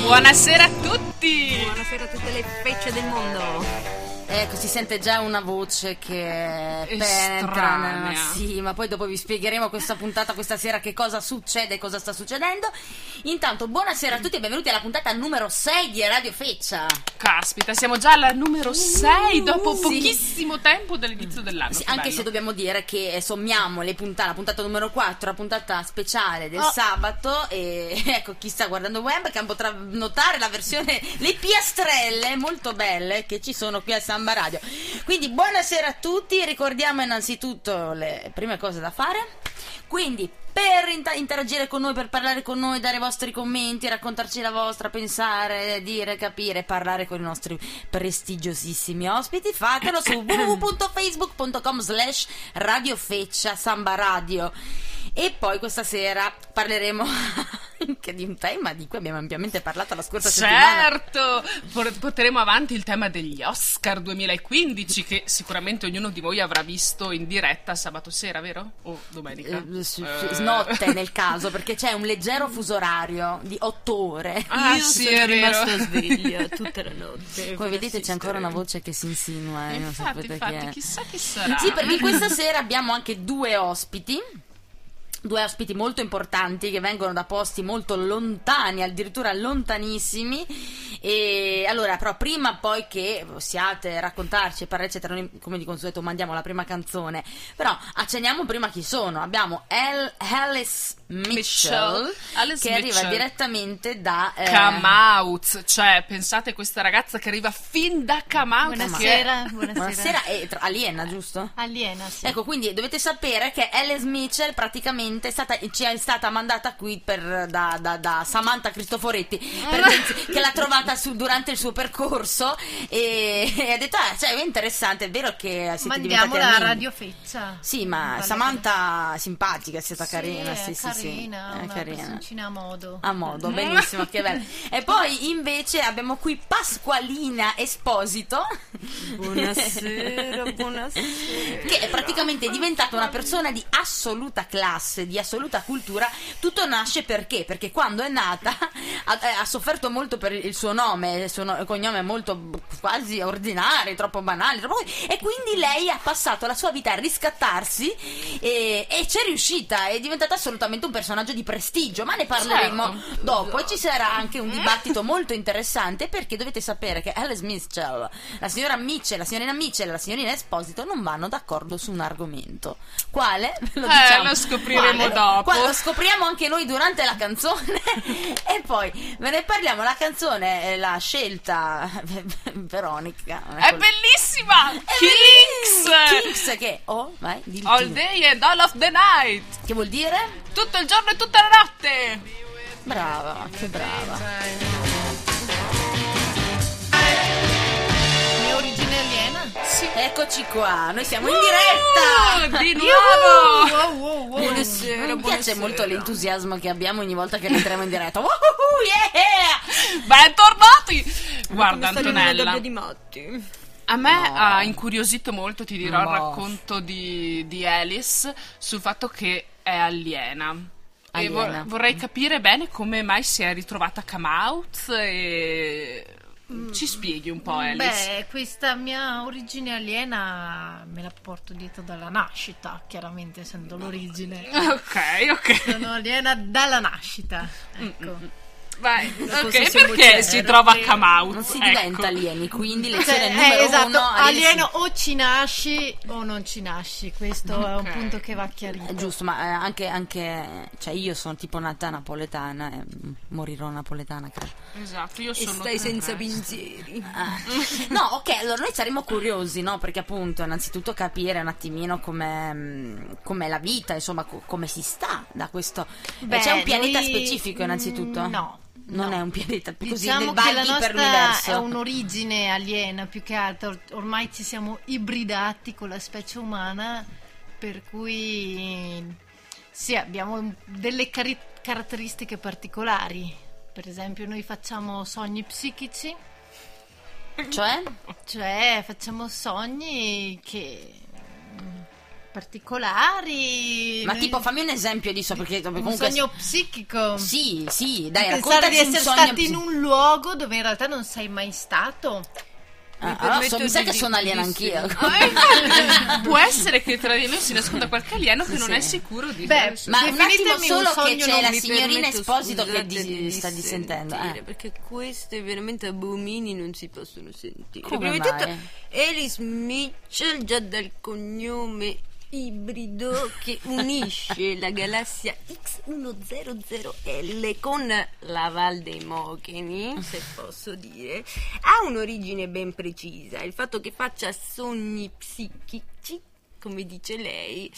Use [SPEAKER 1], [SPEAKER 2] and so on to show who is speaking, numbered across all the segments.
[SPEAKER 1] Buonasera a tutti!
[SPEAKER 2] Buonasera a tutte le fecce del mondo.
[SPEAKER 3] Ecco, si sente già una voce che penetra.
[SPEAKER 1] Estranea.
[SPEAKER 3] nella- Sì, ma poi dopo vi spiegheremo questa puntata questa sera che cosa succede e cosa sta succedendo. Intanto, buonasera a tutti e benvenuti alla puntata numero 6 di Radio Feccia.
[SPEAKER 1] Caspita, siamo già alla numero 6 dopo
[SPEAKER 3] sì.
[SPEAKER 1] pochissimo tempo dall'inizio dell'anno.
[SPEAKER 3] Sì,
[SPEAKER 1] che
[SPEAKER 3] anche
[SPEAKER 1] bello.
[SPEAKER 3] se dobbiamo dire che eh, sommiamo le puntate, la puntata numero 4, la puntata speciale del
[SPEAKER 1] Oh.
[SPEAKER 3] sabato e ecco chi sta guardando webcam potrà notare la versione, le piastrelle molto belle che ci sono qui a Samba Radio. Quindi buonasera a tutti, ricordiamo innanzitutto le prime cose da fare. Quindi per inta- interagire con noi, per parlare con noi, dare i vostri commenti, raccontarci la vostra, pensare, dire, capire, parlare con i nostri prestigiosissimi ospiti, fatelo su www.facebook.com slash radiofeccia samba radio. E poi questa sera parleremo anche di un tema di cui abbiamo ampiamente parlato la scorsa settimana.
[SPEAKER 1] Certo, por- porteremo avanti il tema degli Oscar 2015 che sicuramente ognuno di voi avrà visto in diretta sabato sera, vero? O domenica?
[SPEAKER 3] Eh, s-
[SPEAKER 1] Eh.
[SPEAKER 3] s- Notte nel caso, perché c'è un leggero fuso orario di otto ore.
[SPEAKER 1] Ah,
[SPEAKER 2] Io
[SPEAKER 1] sì,
[SPEAKER 2] sono
[SPEAKER 1] è vero.
[SPEAKER 2] rimasto sveglio tutta la notte.
[SPEAKER 3] Come vedete c'è ancora una voce che si insinua. eh, non
[SPEAKER 1] Infatti,
[SPEAKER 3] sapete
[SPEAKER 1] infatti,
[SPEAKER 3] chi è.
[SPEAKER 1] chissà chi sarà.
[SPEAKER 3] Sì, perché questa sera abbiamo anche due ospiti. Due ospiti molto importanti che vengono da posti molto lontani, addirittura lontanissimi. E allora, però, prima poi che possiate raccontarci e parlarci tra noi, come di consueto, mandiamo la prima canzone. Però accenniamo prima chi sono. Abbiamo El- Alice Mitchell,
[SPEAKER 1] Mitchell. Alice
[SPEAKER 3] che arriva
[SPEAKER 1] Mitchell.
[SPEAKER 3] direttamente da eh,
[SPEAKER 1] Camauz, cioè pensate questa ragazza che arriva fin da Camauz.
[SPEAKER 4] Buonasera, Ah, buonasera.
[SPEAKER 3] Buonasera, e tra- aliena, giusto?
[SPEAKER 4] Aliena, sì.
[SPEAKER 3] Ecco, quindi dovete sapere che Alice Mitchell praticamente è stata, ci è stata mandata qui per- da, da- da Samantha Cristoforetti, per- che l'ha trovata su- durante il suo percorso e, e ha detto, ah, cioè, è interessante, è vero che siete diventati
[SPEAKER 4] Mandiamola a
[SPEAKER 3] amici.
[SPEAKER 4] Radio Feccia.
[SPEAKER 3] Sì, ma
[SPEAKER 4] Vale
[SPEAKER 3] Samantha simpatico simpatica, è stata
[SPEAKER 4] per-
[SPEAKER 3] carina, sì,
[SPEAKER 4] è
[SPEAKER 3] sì, sì.
[SPEAKER 4] carina,
[SPEAKER 3] È Ah,
[SPEAKER 4] una personcina a modo.
[SPEAKER 3] a modo, benissimo, che bello. E poi invece abbiamo qui Pasqualina Esposito.
[SPEAKER 2] Buonasera, buonasera.
[SPEAKER 3] che è praticamente diventata una persona di assoluta classe, di assoluta cultura. Tutto nasce perché? Perché quando è nata ha, eh, ha sofferto molto per il suo nome, il suo no- cognome è molto b- quasi ordinario, troppo banale, troppo- e quindi lei ha passato la sua vita a riscattarsi e, e c'è riuscita, è diventata assolutamente un personaggio di prestigio, ma ne parleremo dopo e ci sarà anche un dibattito molto interessante perché dovete sapere che Alice Mitchell, la signora Mitchell, la signorina Mitchell e la signorina Esposito non vanno d'accordo su un argomento. Quale? Ve Lo, diciamo.
[SPEAKER 1] Eh, lo scopriremo dopo.
[SPEAKER 3] Qua- lo scopriamo anche noi durante la canzone e poi ve ne parliamo. La canzone, eh, la scelta Veronica. non
[SPEAKER 1] È
[SPEAKER 3] colpa-
[SPEAKER 1] bellissima!
[SPEAKER 3] È
[SPEAKER 1] Kings!
[SPEAKER 3] Kings che oh, vai, dillo
[SPEAKER 1] All
[SPEAKER 3] tu.
[SPEAKER 1] day and all of the night!
[SPEAKER 3] Che vuol dire?
[SPEAKER 1] Tutto il giorno e tutta la notte!
[SPEAKER 3] Brava, che brava.
[SPEAKER 4] È origine aliena?
[SPEAKER 3] Eccoci qua, noi siamo in diretta.
[SPEAKER 1] Uh, Di nuovo!
[SPEAKER 4] Wow, wow, wow.
[SPEAKER 3] Mi piace molto l'entusiasmo che abbiamo ogni volta che entriamo in diretta. Woohoo, yeah!
[SPEAKER 1] Bentornati! Guarda
[SPEAKER 2] Mi sta venendo la
[SPEAKER 1] Antonella,
[SPEAKER 2] gabbia di matti.
[SPEAKER 1] a me ha incuriosito molto, ti dirò,
[SPEAKER 3] No.
[SPEAKER 1] il racconto di, di Alice sul fatto che è aliena. E vo-
[SPEAKER 3] Aliena.
[SPEAKER 1] vorrei capire bene come mai si è ritrovata a Camout e... Ci spieghi un po' Alice.
[SPEAKER 4] Beh, questa mia origine aliena me la porto dietro dalla nascita, chiaramente essendo l'origine.
[SPEAKER 1] Ok, ok.
[SPEAKER 4] Sono aliena dalla nascita. Ecco.
[SPEAKER 1] Vai. Ok,
[SPEAKER 4] possessione
[SPEAKER 1] perché
[SPEAKER 4] vocale,
[SPEAKER 1] si trova a
[SPEAKER 4] perché
[SPEAKER 1] Camout?
[SPEAKER 3] Non si
[SPEAKER 1] Ecco.
[SPEAKER 3] diventa alieni, quindi
[SPEAKER 4] Cioè,
[SPEAKER 3] lezione
[SPEAKER 4] eh,
[SPEAKER 3] numero
[SPEAKER 4] esatto,
[SPEAKER 3] uno alieni
[SPEAKER 4] alieno o ci nasci o non ci nasci, questo è un
[SPEAKER 1] Ok.
[SPEAKER 4] punto che va
[SPEAKER 3] È
[SPEAKER 4] chiarito.
[SPEAKER 3] giusto, ma eh, anche, anche- cioè io sono tipo nata napoletana e mm, morirò napoletana, credo. Ah.
[SPEAKER 1] Esatto, io
[SPEAKER 2] E
[SPEAKER 1] sono
[SPEAKER 2] stai senza
[SPEAKER 1] terrestre.
[SPEAKER 2] pensieri.
[SPEAKER 3] No, ok, allora noi saremo curiosi, no? Perché appunto, innanzitutto capire un attimino com'è, mm, com'è la vita, insomma, co- come si sta da questo... Eh,
[SPEAKER 4] Beh,
[SPEAKER 3] C'è un pianeta
[SPEAKER 4] noi- mm,
[SPEAKER 3] specifico innanzitutto?
[SPEAKER 4] No,
[SPEAKER 3] Non
[SPEAKER 4] no.
[SPEAKER 3] è un pianeta, così
[SPEAKER 4] Diciamo
[SPEAKER 3] nel
[SPEAKER 4] che la
[SPEAKER 3] vago per
[SPEAKER 4] nostra
[SPEAKER 3] l'universo.
[SPEAKER 4] è un'origine aliena più che altro, Or- ormai ci siamo ibridati con la specie umana, per cui sì, abbiamo delle cari- caratteristiche particolari. Per esempio, noi facciamo sogni psichici,
[SPEAKER 3] Cioè?
[SPEAKER 4] cioè facciamo sogni che mm, particolari.
[SPEAKER 3] Ma
[SPEAKER 4] noi-
[SPEAKER 3] tipo fammi un esempio di so perché
[SPEAKER 4] un
[SPEAKER 3] comunque
[SPEAKER 4] sogno psichico.
[SPEAKER 3] Sì, sì, dai,
[SPEAKER 4] Pensare
[SPEAKER 3] raccontaci
[SPEAKER 4] di
[SPEAKER 3] un
[SPEAKER 4] essere
[SPEAKER 3] sogno
[SPEAKER 4] stati in un luogo dove in realtà non sei mai stato.
[SPEAKER 3] Ah,
[SPEAKER 2] Mi
[SPEAKER 3] allora
[SPEAKER 2] permetto
[SPEAKER 3] so- mi sa
[SPEAKER 2] di
[SPEAKER 3] che sono aliena
[SPEAKER 2] dirsi-
[SPEAKER 3] anch'io.
[SPEAKER 1] Può essere che tra di noi si nasconda qualche alieno che
[SPEAKER 3] Sì,
[SPEAKER 1] non
[SPEAKER 3] sì.
[SPEAKER 1] è sicuro di
[SPEAKER 4] Beh,
[SPEAKER 3] Ma un attimo
[SPEAKER 4] Definitemi un
[SPEAKER 3] solo che
[SPEAKER 4] sogno,
[SPEAKER 3] c'è
[SPEAKER 4] non
[SPEAKER 3] la
[SPEAKER 4] mi
[SPEAKER 3] signorina
[SPEAKER 2] permetto,
[SPEAKER 3] Esposito che
[SPEAKER 2] scusate,
[SPEAKER 3] di- sta dissentendo.
[SPEAKER 2] sentire,
[SPEAKER 3] eh.
[SPEAKER 2] Perché queste veramente abomini non si possono sentire.
[SPEAKER 3] Come
[SPEAKER 2] Prima
[SPEAKER 3] mai?
[SPEAKER 2] di tutto, Alice Mitchell, già dal cognome ibrido che unisce la galassia X100L con la Val dei Mocheni, se posso dire, ha un'origine ben precisa. Il fatto che faccia sogni psichici, come dice lei,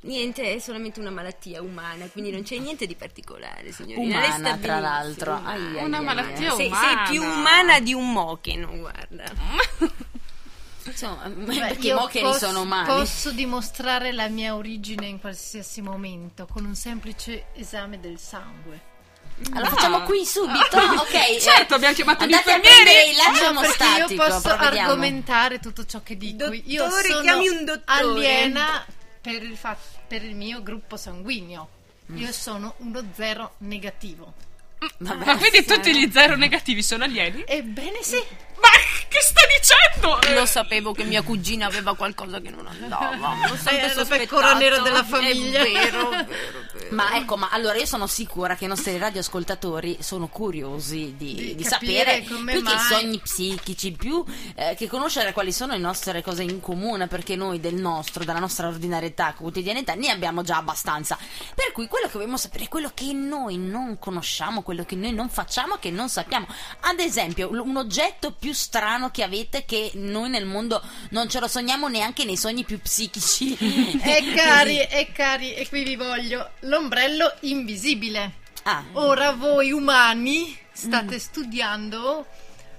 [SPEAKER 2] Niente, è solamente una malattia umana, quindi non c'è niente di particolare, signorina. Lei
[SPEAKER 3] Umana,
[SPEAKER 2] sta
[SPEAKER 3] tra l'altro.
[SPEAKER 2] benissimo.
[SPEAKER 3] Ai, ai,
[SPEAKER 1] Una
[SPEAKER 3] ai, ai.
[SPEAKER 1] malattia
[SPEAKER 2] Sei, sei
[SPEAKER 1] umana.
[SPEAKER 2] più umana di un mocheno, guarda.
[SPEAKER 3] Insomma,
[SPEAKER 4] Beh,
[SPEAKER 3] perché i
[SPEAKER 4] io
[SPEAKER 3] mocheri
[SPEAKER 4] posso-
[SPEAKER 3] sono umani.
[SPEAKER 4] Posso dimostrare la mia origine in qualsiasi momento con un semplice esame del sangue.
[SPEAKER 3] Allora
[SPEAKER 1] No.
[SPEAKER 3] facciamo qui subito, ok? eh,
[SPEAKER 1] Certo, abbiamo chiamato gli
[SPEAKER 3] Andate a
[SPEAKER 1] infermieri.
[SPEAKER 3] prendere il latte
[SPEAKER 4] No, Eh, perché io
[SPEAKER 3] omostatico,
[SPEAKER 4] posso
[SPEAKER 3] provvediamo.
[SPEAKER 4] argomentare tutto ciò che dico. io
[SPEAKER 2] Dottore,
[SPEAKER 4] sono
[SPEAKER 2] chiami un dottore.
[SPEAKER 4] aliena per il, fa- per il mio gruppo sanguigno.
[SPEAKER 2] Mm.
[SPEAKER 4] Io sono uno zero negativo.
[SPEAKER 3] Vabbè. eh.
[SPEAKER 1] Ma quindi tutti gli zero negativi sono alieni?
[SPEAKER 4] Ebbene sì,
[SPEAKER 1] Ma che sta dicendo? Eh,
[SPEAKER 2] Lo sapevo che mia cugina aveva qualcosa che non andava. Lo sempre
[SPEAKER 4] Eh, lo
[SPEAKER 2] sospettato.
[SPEAKER 4] pecora nero della famiglia.
[SPEAKER 2] È vero, vero, vero.
[SPEAKER 3] Ma ecco, ma allora io sono sicura che i nostri radioascoltatori sono curiosi di,
[SPEAKER 4] Di
[SPEAKER 3] di sapere
[SPEAKER 4] capire come
[SPEAKER 3] più che i
[SPEAKER 4] mai.
[SPEAKER 3] sogni psichici, più eh, che conoscere quali sono le nostre cose in comune, perché noi del nostro, dalla nostra ordinarietà, quotidianità, ne abbiamo già abbastanza. Per cui quello che vogliamo sapere è quello che noi non conosciamo, quello che noi non facciamo, che non sappiamo. Ad esempio, l- un oggetto più strano che avete che noi nel mondo non ce lo sogniamo neanche nei sogni più psichici.
[SPEAKER 4] e Eh, cari, e cari, e qui vi voglio l'ombrello invisibile.
[SPEAKER 3] Ah,
[SPEAKER 4] Ora voi umani state studiando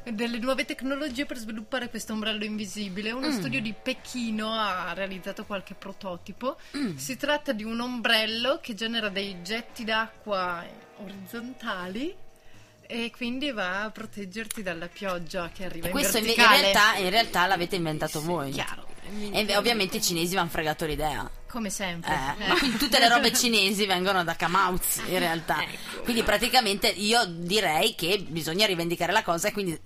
[SPEAKER 4] delle nuove tecnologie per sviluppare questo ombrello invisibile. Uno
[SPEAKER 3] Mm.
[SPEAKER 4] studio di Pechino ha realizzato qualche prototipo.
[SPEAKER 3] Mm.
[SPEAKER 4] Si tratta di un ombrello che genera dei getti d'acqua orizzontali e quindi va a proteggerti dalla pioggia che arriva
[SPEAKER 3] e
[SPEAKER 4] in
[SPEAKER 3] questo in, in
[SPEAKER 4] verticale.
[SPEAKER 3] realtà, in realtà l'avete inventato voi.
[SPEAKER 4] Chiaro,
[SPEAKER 3] E beh, ovviamente i cinesi mi hanno fregato l'idea.
[SPEAKER 4] come sempre.
[SPEAKER 3] Eh,
[SPEAKER 4] Eh.
[SPEAKER 3] ma quindi tutte le robe cinesi vengono da Kamauz in realtà.
[SPEAKER 2] Ecco.
[SPEAKER 3] Quindi praticamente io direi che bisogna rivendicare la cosa e quindi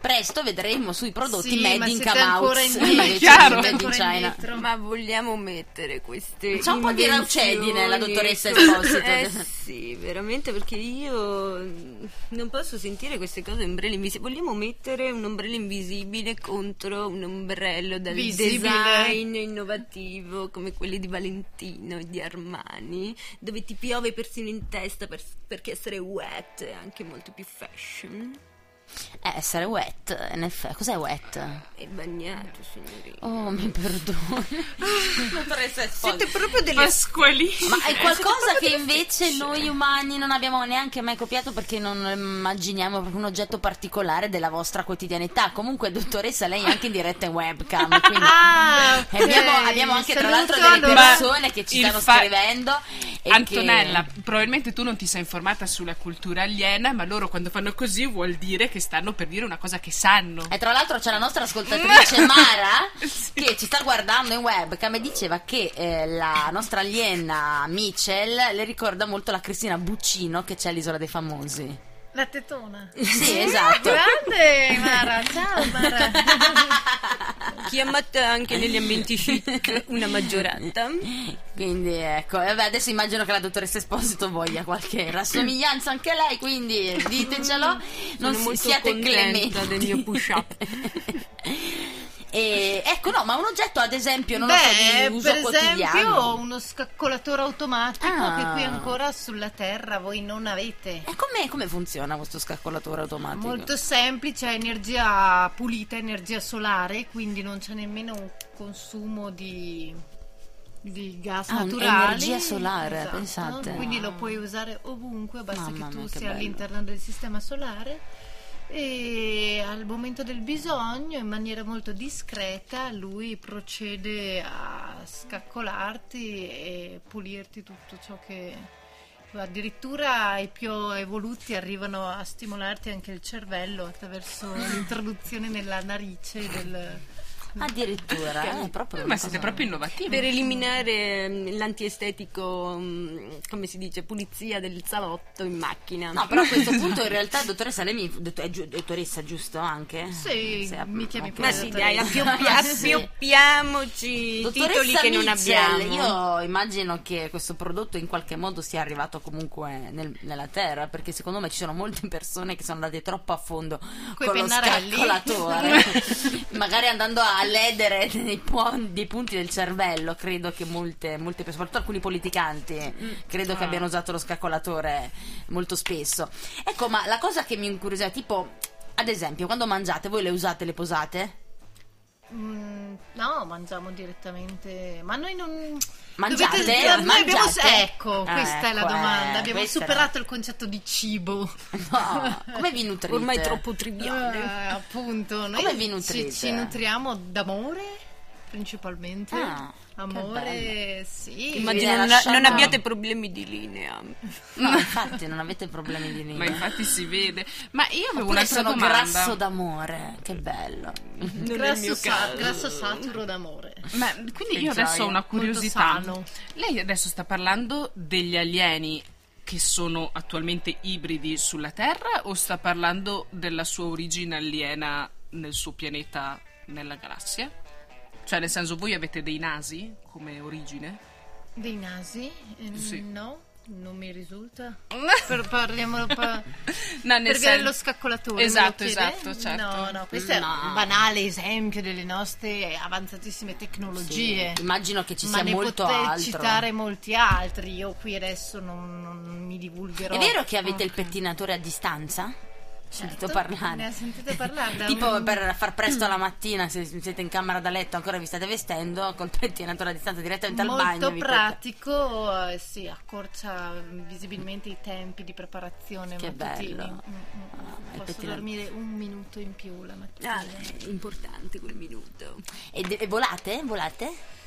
[SPEAKER 3] presto vedremo sui prodotti
[SPEAKER 4] Sì, ma
[SPEAKER 3] made in
[SPEAKER 4] siete ancora
[SPEAKER 3] Kamauz
[SPEAKER 4] indietro,
[SPEAKER 1] Ma è
[SPEAKER 3] invece di
[SPEAKER 1] chiaro.
[SPEAKER 3] made in
[SPEAKER 4] ancora
[SPEAKER 3] China. Eh,
[SPEAKER 4] indietro.
[SPEAKER 2] Ma vogliamo mettere queste.
[SPEAKER 3] C'è un po' di
[SPEAKER 2] invenzioni
[SPEAKER 3] raucedine, la dottoressa
[SPEAKER 2] su-
[SPEAKER 3] Esposito.
[SPEAKER 2] Eh sì, veramente perché io mm, non posso sentire queste cose. Ombrelli invisibili. Vogliamo mettere un ombrello invisibile contro un ombrello dal
[SPEAKER 4] Visibile.
[SPEAKER 2] design innovativo come quelli di Valentino e di Armani, dove ti piove persino in testa per- perché essere wet è anche molto più fashion.
[SPEAKER 3] Eh, essere wet, in effetti. Cos'è wet?
[SPEAKER 2] E bagnato, signorina.
[SPEAKER 3] Oh, mi perdoni.
[SPEAKER 2] Siete proprio
[SPEAKER 1] Eh,
[SPEAKER 2] delle
[SPEAKER 1] Pasquali.
[SPEAKER 3] Ma è qualcosa che invece noi umani non abbiamo neanche mai copiato perché non immaginiamo proprio un oggetto particolare della vostra quotidianità. Comunque, dottoressa, lei è anche in diretta in webcam. Quindi...
[SPEAKER 4] Ah,
[SPEAKER 3] E abbiamo,
[SPEAKER 4] ok.
[SPEAKER 3] abbiamo anche tra
[SPEAKER 4] Saluto
[SPEAKER 3] l'altro delle
[SPEAKER 4] allora-
[SPEAKER 3] persone che ci
[SPEAKER 1] il
[SPEAKER 3] stanno
[SPEAKER 1] fa-
[SPEAKER 3] scrivendo. e
[SPEAKER 1] Antonella,
[SPEAKER 3] che-
[SPEAKER 1] probabilmente tu non ti sei informata sulla cultura aliena, ma loro quando fanno così vuol dire che stanno per dire una cosa che sanno.
[SPEAKER 3] E tra l'altro c'è la nostra ascoltatrice Mara che ci sta guardando in webcam e diceva che eh, la nostra aliena Mitchell le ricorda molto la Cristina Buccino che c'è all'isola dei famosi.
[SPEAKER 4] La tetona.
[SPEAKER 3] Sì, esatto.
[SPEAKER 4] Eh, Grande Mara, ciao Mara.
[SPEAKER 2] chiamata anche negli ambienti chic una maggioranza.
[SPEAKER 3] Quindi ecco, e vabbè, adesso immagino che la dottoressa Esposito voglia qualche rassomiglianza anche a lei, quindi ditecelo, non
[SPEAKER 2] Sono
[SPEAKER 3] si-
[SPEAKER 2] molto
[SPEAKER 3] siate
[SPEAKER 2] contenta
[SPEAKER 3] clementi.
[SPEAKER 2] del mio push-up.
[SPEAKER 3] E, ecco, no, ma un oggetto ad esempio, non
[SPEAKER 4] Beh,
[SPEAKER 3] lo so, di uso
[SPEAKER 4] per esempio
[SPEAKER 3] quotidiano.
[SPEAKER 4] uno scaccolatore automatico
[SPEAKER 3] Ah.
[SPEAKER 4] che qui ancora sulla Terra voi non avete.
[SPEAKER 3] E come, come funziona questo scaccolatore automatico?
[SPEAKER 4] Molto semplice, è energia pulita, energia solare, quindi non c'è nemmeno un consumo di, di gas
[SPEAKER 3] Ah, un-
[SPEAKER 4] naturale.
[SPEAKER 3] energia solare, pensate.
[SPEAKER 4] Quindi lo puoi usare ovunque, basta
[SPEAKER 3] Mamma
[SPEAKER 4] che tu
[SPEAKER 3] mia, che
[SPEAKER 4] sia
[SPEAKER 3] bello.
[SPEAKER 4] all'interno del sistema solare. E al momento del bisogno, in maniera molto discreta, lui procede a scaccolarti e pulirti tutto ciò che. Addirittura i più evoluti arrivano a stimolarti anche il cervello attraverso l'introduzione nella narice del,
[SPEAKER 3] Addirittura, è proprio una
[SPEAKER 1] Ma siete
[SPEAKER 3] cosa-
[SPEAKER 1] proprio innovativi.
[SPEAKER 2] Per eliminare mm, l'antiestetico, mm, come si dice, pulizia del salotto in macchina.
[SPEAKER 3] No, però a questo punto in realtà dottoressa lei mi dott- è giu- dottoressa, giusto anche?
[SPEAKER 4] Sì, mi chiami
[SPEAKER 3] ok.
[SPEAKER 4] pure
[SPEAKER 2] Ma sì, dai,
[SPEAKER 3] dottoressa.
[SPEAKER 2] appioppi- appioppiamoci i
[SPEAKER 3] Dottoressa
[SPEAKER 2] titoli che non
[SPEAKER 3] Mitchell,
[SPEAKER 2] abbiamo.
[SPEAKER 3] Io immagino che questo prodotto in qualche modo sia arrivato comunque nel- nella terra, perché secondo me ci sono molte persone che sono andate troppo a fondo con
[SPEAKER 4] Coi
[SPEAKER 3] lo
[SPEAKER 4] pennarelli.
[SPEAKER 3] scalcolatore, magari andando a ledere dei, pu- dei punti del cervello. Credo che molte, molte persone, soprattutto alcuni politicanti,
[SPEAKER 2] Mm.
[SPEAKER 3] credo che
[SPEAKER 1] Ah.
[SPEAKER 3] abbiano usato lo scalcolatore molto spesso. Ecco, ma la cosa che mi incuriosisce, tipo, ad esempio, quando mangiate, voi le usate le posate?
[SPEAKER 4] Mm, no, mangiamo direttamente. Ma noi non.
[SPEAKER 3] Mangiate?
[SPEAKER 4] Dovete- noi
[SPEAKER 3] Mangiate?
[SPEAKER 4] abbiamo- Ecco,
[SPEAKER 3] Ah,
[SPEAKER 4] questa è la
[SPEAKER 3] ecco, eh,
[SPEAKER 4] domanda. abbiamo
[SPEAKER 3] questa è la-
[SPEAKER 4] superato il concetto di cibo.
[SPEAKER 3] No, come vi nutrite?
[SPEAKER 2] Ormai troppo
[SPEAKER 4] Eh,
[SPEAKER 2] triviale.
[SPEAKER 4] appunto, noi
[SPEAKER 3] Come vi
[SPEAKER 4] ci-
[SPEAKER 3] nutrite?
[SPEAKER 4] Ci, nutriamo d'amore principalmente.
[SPEAKER 3] Ah, che
[SPEAKER 4] Amore,
[SPEAKER 3] bello.
[SPEAKER 4] sì.
[SPEAKER 2] Immagino non,
[SPEAKER 3] lasciamo- Ah,
[SPEAKER 2] non abbiate problemi di linea.
[SPEAKER 3] No, infatti non avete problemi di
[SPEAKER 1] Ma
[SPEAKER 3] niente.
[SPEAKER 1] infatti si vede. Ma io avevo
[SPEAKER 3] Oppure
[SPEAKER 1] un'altra
[SPEAKER 3] sono
[SPEAKER 1] domanda.
[SPEAKER 3] grasso d'amore, che bello.
[SPEAKER 2] Non è il
[SPEAKER 4] grasso,
[SPEAKER 2] mio
[SPEAKER 4] sa-
[SPEAKER 2] caso.
[SPEAKER 4] grasso saturo d'amore.
[SPEAKER 1] Ma quindi io
[SPEAKER 3] Che
[SPEAKER 1] adesso
[SPEAKER 3] gioia.
[SPEAKER 1] ho una curiosità.
[SPEAKER 4] sano.
[SPEAKER 1] Lei adesso sta parlando degli alieni che sono attualmente ibridi sulla Terra o sta parlando della sua origine aliena nel suo pianeta, nella galassia? Cioè, nel senso, voi avete dei nasi come origine?
[SPEAKER 4] Dei nasi? Eh,
[SPEAKER 1] Sì.
[SPEAKER 4] No, non mi risulta. Per- parliamo pa-
[SPEAKER 1] No, nel
[SPEAKER 4] per via
[SPEAKER 1] sen-
[SPEAKER 4] dello scaccolatore.
[SPEAKER 1] Esatto,
[SPEAKER 4] me lo chiede?
[SPEAKER 1] esatto, certo.
[SPEAKER 4] No, no, questo è
[SPEAKER 3] No.
[SPEAKER 4] un banale esempio delle nostre avanzatissime tecnologie.
[SPEAKER 3] Immagino che ci
[SPEAKER 4] Ma
[SPEAKER 3] sia
[SPEAKER 4] ne
[SPEAKER 3] molto
[SPEAKER 4] potrei
[SPEAKER 3] altro.
[SPEAKER 4] citare molti altri. Io qui adesso non, non mi divulgherò.
[SPEAKER 3] È vero che avete il
[SPEAKER 4] Ok.
[SPEAKER 3] pettinatore a distanza? Sentito
[SPEAKER 4] Certo,
[SPEAKER 3] parlare.
[SPEAKER 4] Ne Mm. ha sentito parlare da
[SPEAKER 3] Tipo
[SPEAKER 4] un-
[SPEAKER 3] per far presto la mattina, se siete in camera da letto ancora vi state vestendo, col pettinatore a distanza direttamente al bagno.
[SPEAKER 4] molto
[SPEAKER 3] vi
[SPEAKER 4] pratico, eh, sì, accorcia visibilmente i tempi di preparazione
[SPEAKER 3] Che
[SPEAKER 4] mattutini.
[SPEAKER 3] bello.
[SPEAKER 4] Mm, mm, mm.
[SPEAKER 3] Ah, il
[SPEAKER 4] Posso
[SPEAKER 3] pettinato.
[SPEAKER 4] dormire un minuto in più la mattina.
[SPEAKER 2] Ah, è importante quel minuto.
[SPEAKER 3] potete- E, de- e volate? Volate?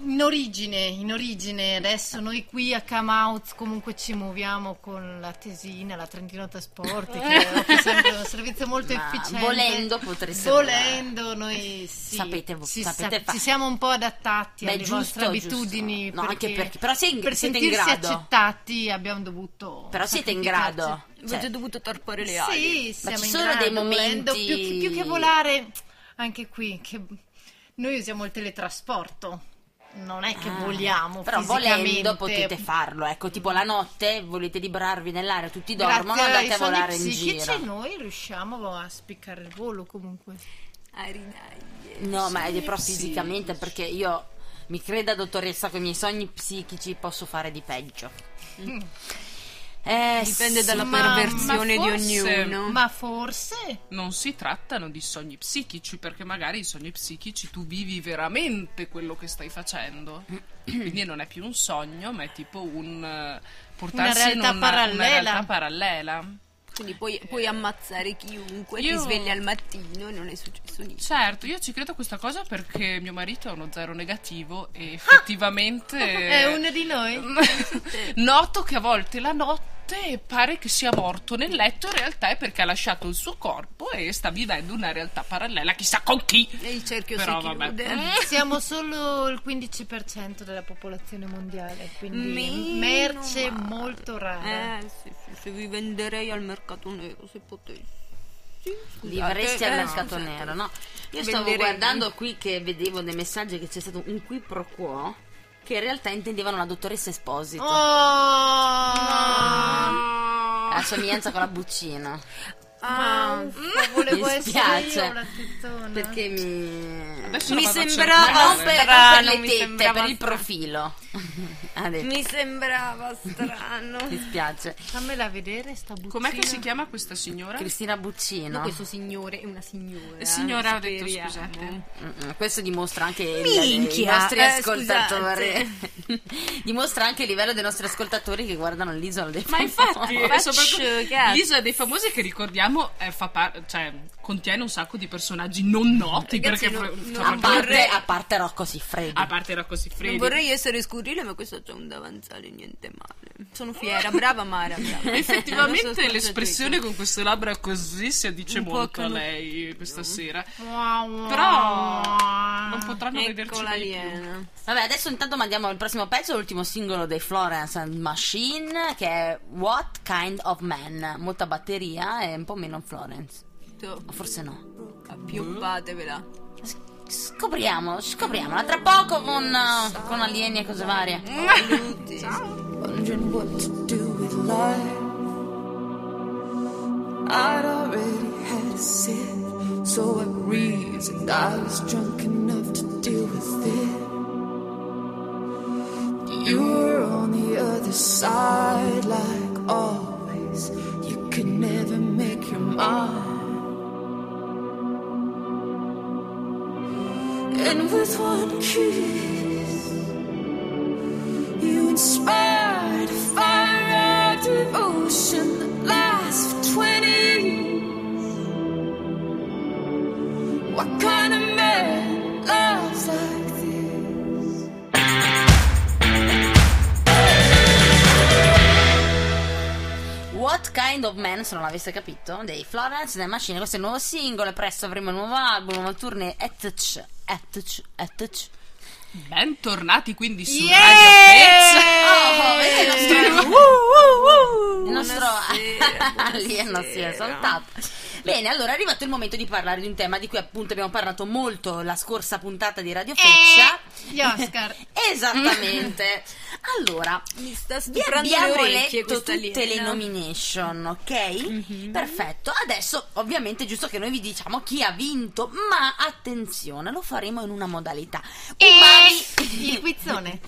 [SPEAKER 4] In origine, in origine, adesso noi qui a Camouth comunque ci muoviamo con la tesina, la Trentino Trasporti, che è sempre un servizio molto
[SPEAKER 3] Ma
[SPEAKER 4] efficiente.
[SPEAKER 3] volendo potreste
[SPEAKER 4] Volendo noi sì,
[SPEAKER 3] Sapete vo-
[SPEAKER 4] ci,
[SPEAKER 3] sapete fare.
[SPEAKER 4] ci siamo un po' adattati
[SPEAKER 3] Beh,
[SPEAKER 4] alle
[SPEAKER 3] giusto,
[SPEAKER 4] vostre
[SPEAKER 3] giusto.
[SPEAKER 4] abitudini.
[SPEAKER 3] No, anche perché- però sei in-
[SPEAKER 4] per
[SPEAKER 3] siete in
[SPEAKER 4] sentirsi
[SPEAKER 3] grado.
[SPEAKER 4] accettati abbiamo dovuto
[SPEAKER 3] Però siete in
[SPEAKER 4] sacrificarci.
[SPEAKER 3] grado. Cioè,
[SPEAKER 2] Avete dovuto torpare le ali.
[SPEAKER 4] Sì, siamo
[SPEAKER 3] ci
[SPEAKER 4] in
[SPEAKER 3] sono dei
[SPEAKER 4] grado, volendo,
[SPEAKER 3] momenti-
[SPEAKER 4] più, che- più che volare, anche qui, che noi usiamo il teletrasporto. Non è che
[SPEAKER 3] Ah,
[SPEAKER 4] voliamo
[SPEAKER 3] però
[SPEAKER 4] fisicamente.
[SPEAKER 3] volendo potete farlo ecco tipo la notte volete librarvi nell'aria tutti
[SPEAKER 4] Grazie
[SPEAKER 3] dormono andate
[SPEAKER 4] ai
[SPEAKER 3] a
[SPEAKER 4] sogni
[SPEAKER 3] volare in
[SPEAKER 4] psichici
[SPEAKER 3] giro
[SPEAKER 4] noi riusciamo a spiccare il volo comunque.
[SPEAKER 2] Ai ridaglie.
[SPEAKER 3] no ma è però
[SPEAKER 1] Sì,
[SPEAKER 3] fisicamente perché io mi creda dottoressa con i miei sogni psichici posso fare di peggio Eh,
[SPEAKER 2] Mm. Dipende
[SPEAKER 3] sì,
[SPEAKER 2] dalla
[SPEAKER 4] ma-
[SPEAKER 2] perversione
[SPEAKER 1] ma
[SPEAKER 2] di
[SPEAKER 1] forse-
[SPEAKER 3] Mm.
[SPEAKER 2] ognuno.
[SPEAKER 4] Ma forse
[SPEAKER 1] Non si trattano di sogni psichici, perché magari i sogni psichici tu vivi veramente quello che stai facendo. Quindi non è più un sogno, ma è tipo un eh, portarsi in una,
[SPEAKER 4] realtà
[SPEAKER 1] una
[SPEAKER 4] parallela.
[SPEAKER 1] realtà parallela.
[SPEAKER 2] Quindi puoi, puoi
[SPEAKER 3] Eh.
[SPEAKER 2] ammazzare chiunque,
[SPEAKER 1] Io-
[SPEAKER 2] ti svegli al mattino e non è successo niente.
[SPEAKER 1] Certo, io ci credo a questa cosa perché mio marito è uno zero negativo e effettivamente
[SPEAKER 4] Ah! è uno di noi.
[SPEAKER 1] noto che a volte la notte pare che sia morto nel letto, in realtà è perché ha lasciato il suo corpo e sta vivendo una realtà parallela, chissà con chi.
[SPEAKER 2] E il cerchio
[SPEAKER 1] Però
[SPEAKER 2] si
[SPEAKER 1] vabbè.
[SPEAKER 2] chiude.
[SPEAKER 3] Eh,
[SPEAKER 4] Siamo solo il 15% della popolazione mondiale, quindi
[SPEAKER 2] Meno
[SPEAKER 4] merce
[SPEAKER 2] male.
[SPEAKER 4] molto rara.
[SPEAKER 2] Eh, sì, sì, se vi venderei al mercato nero, se potessi. Scusate,
[SPEAKER 3] Livresti al
[SPEAKER 2] eh,
[SPEAKER 3] mercato
[SPEAKER 2] scusate.
[SPEAKER 3] nero, no? Io stavo
[SPEAKER 2] Venderei.
[SPEAKER 3] guardando qui che vedevo nei messaggi che c'è stato un qui pro quo che in realtà intendevano la dottoressa Esposito.
[SPEAKER 2] Oh.
[SPEAKER 4] Oh!
[SPEAKER 3] La somiglianza con la buccina.
[SPEAKER 2] Ah,
[SPEAKER 3] Mm.
[SPEAKER 4] volevo
[SPEAKER 3] Mi
[SPEAKER 4] essere
[SPEAKER 3] spiace.
[SPEAKER 4] io la tettona.
[SPEAKER 3] Perché mi.
[SPEAKER 1] Adesso
[SPEAKER 2] Mi
[SPEAKER 1] la vado a
[SPEAKER 2] sembrava-
[SPEAKER 1] cercare.
[SPEAKER 3] Ma non per, non per
[SPEAKER 2] strano,
[SPEAKER 3] le
[SPEAKER 2] mi
[SPEAKER 3] tette,
[SPEAKER 2] sembrava
[SPEAKER 3] per il
[SPEAKER 2] strano.
[SPEAKER 3] profilo. ha detto.
[SPEAKER 2] mi sembrava strano.
[SPEAKER 3] Mi spiace.
[SPEAKER 4] Fammela vedere sta bucina.
[SPEAKER 1] Com'è che si chiama questa signora?
[SPEAKER 3] Cristina Buccino.
[SPEAKER 2] No, questo signore è una signora.
[SPEAKER 1] Eh, signora, ho detto,
[SPEAKER 2] speriamo.
[SPEAKER 1] scusate.
[SPEAKER 3] Mm, mm, Questo dimostra anche il-
[SPEAKER 2] Minchia,
[SPEAKER 3] i nostri
[SPEAKER 2] eh,
[SPEAKER 3] ascoltatori. Dimostra anche il livello dei nostri ascoltatori che guardano l'isola dei
[SPEAKER 1] Ma infatti,
[SPEAKER 3] famosi.
[SPEAKER 1] eh, e soprattutto
[SPEAKER 2] cazzo.
[SPEAKER 1] l'isola dei famosi che ricordiamo eh, fa par- cioè, contiene un sacco di personaggi non noti perché
[SPEAKER 2] Ragazzi, non-
[SPEAKER 1] fra- fra-
[SPEAKER 2] non
[SPEAKER 3] a
[SPEAKER 1] fra-
[SPEAKER 3] parte,
[SPEAKER 2] vorrei-
[SPEAKER 3] a parte Rocco Siffredi.
[SPEAKER 1] a parte era così
[SPEAKER 2] Non
[SPEAKER 1] freddo.
[SPEAKER 2] vorrei essere scurrile, ma questo c'è un davanzale, niente male. Sono fiera, brava Mara. brava. Non so
[SPEAKER 1] Effettivamente
[SPEAKER 2] cosa
[SPEAKER 1] l'espressione
[SPEAKER 2] dire.
[SPEAKER 1] con queste labbra così si addice
[SPEAKER 2] Un po' Mm.
[SPEAKER 1] molto a
[SPEAKER 2] canu-
[SPEAKER 1] lei questa sera.
[SPEAKER 4] Però
[SPEAKER 1] Però non potranno
[SPEAKER 2] Ecco
[SPEAKER 1] vederci mai più.
[SPEAKER 2] l'aliena.
[SPEAKER 3] Vabbè, adesso intanto mandiamo il prossimo pezzo, l'ultimo singolo dei Florence and Machine, che è What Kind of Man. Molta batteria e un po' meno Florence.
[SPEAKER 2] Tutto.
[SPEAKER 3] O forse no.
[SPEAKER 2] Appioppatevela.
[SPEAKER 3] Scopriamo, scopriamola tra poco con, eh, con alieni e cose varie.
[SPEAKER 2] Saluti.
[SPEAKER 5] wondering what to do with life. I'd already had a sip, so I reasoned I was drunk enough to deal with it. You were on the other side, like always. You could never make your mind. And with one kiss, you inspired a fire of devotion that lasts for 20 years. What kind of man loves like this?
[SPEAKER 3] What Kind of Man, se non l'avesse capito, dei Florence and the Machine. Questo è il nuovo singolo, e presto avremo il nuovo album, il nuovo tournée, etc. etc. etc.
[SPEAKER 1] Bentornati quindi su
[SPEAKER 4] Yeah!
[SPEAKER 1] Radio Fez.
[SPEAKER 3] Oh,
[SPEAKER 1] Sì,
[SPEAKER 3] Il nostro
[SPEAKER 2] Buonasera,
[SPEAKER 3] alieno si è
[SPEAKER 2] buonasera.
[SPEAKER 3] saltato. Bene, allora è arrivato il momento di parlare di un tema di cui appunto abbiamo parlato molto la scorsa puntata di Radio Feccia.
[SPEAKER 4] gli Oscar.
[SPEAKER 3] Esattamente. Allora,
[SPEAKER 2] Mi sta
[SPEAKER 3] vi
[SPEAKER 2] stuprando le
[SPEAKER 3] abbiamo
[SPEAKER 2] orecchie
[SPEAKER 3] letto
[SPEAKER 2] questa Mhm.
[SPEAKER 3] tutte le
[SPEAKER 2] aliena.
[SPEAKER 3] nomination, ok? Perfetto. Adesso, ovviamente, è giusto che noi vi diciamo chi ha vinto, ma attenzione, lo faremo in una modalità. Umani
[SPEAKER 4] Eh. Il quizzone.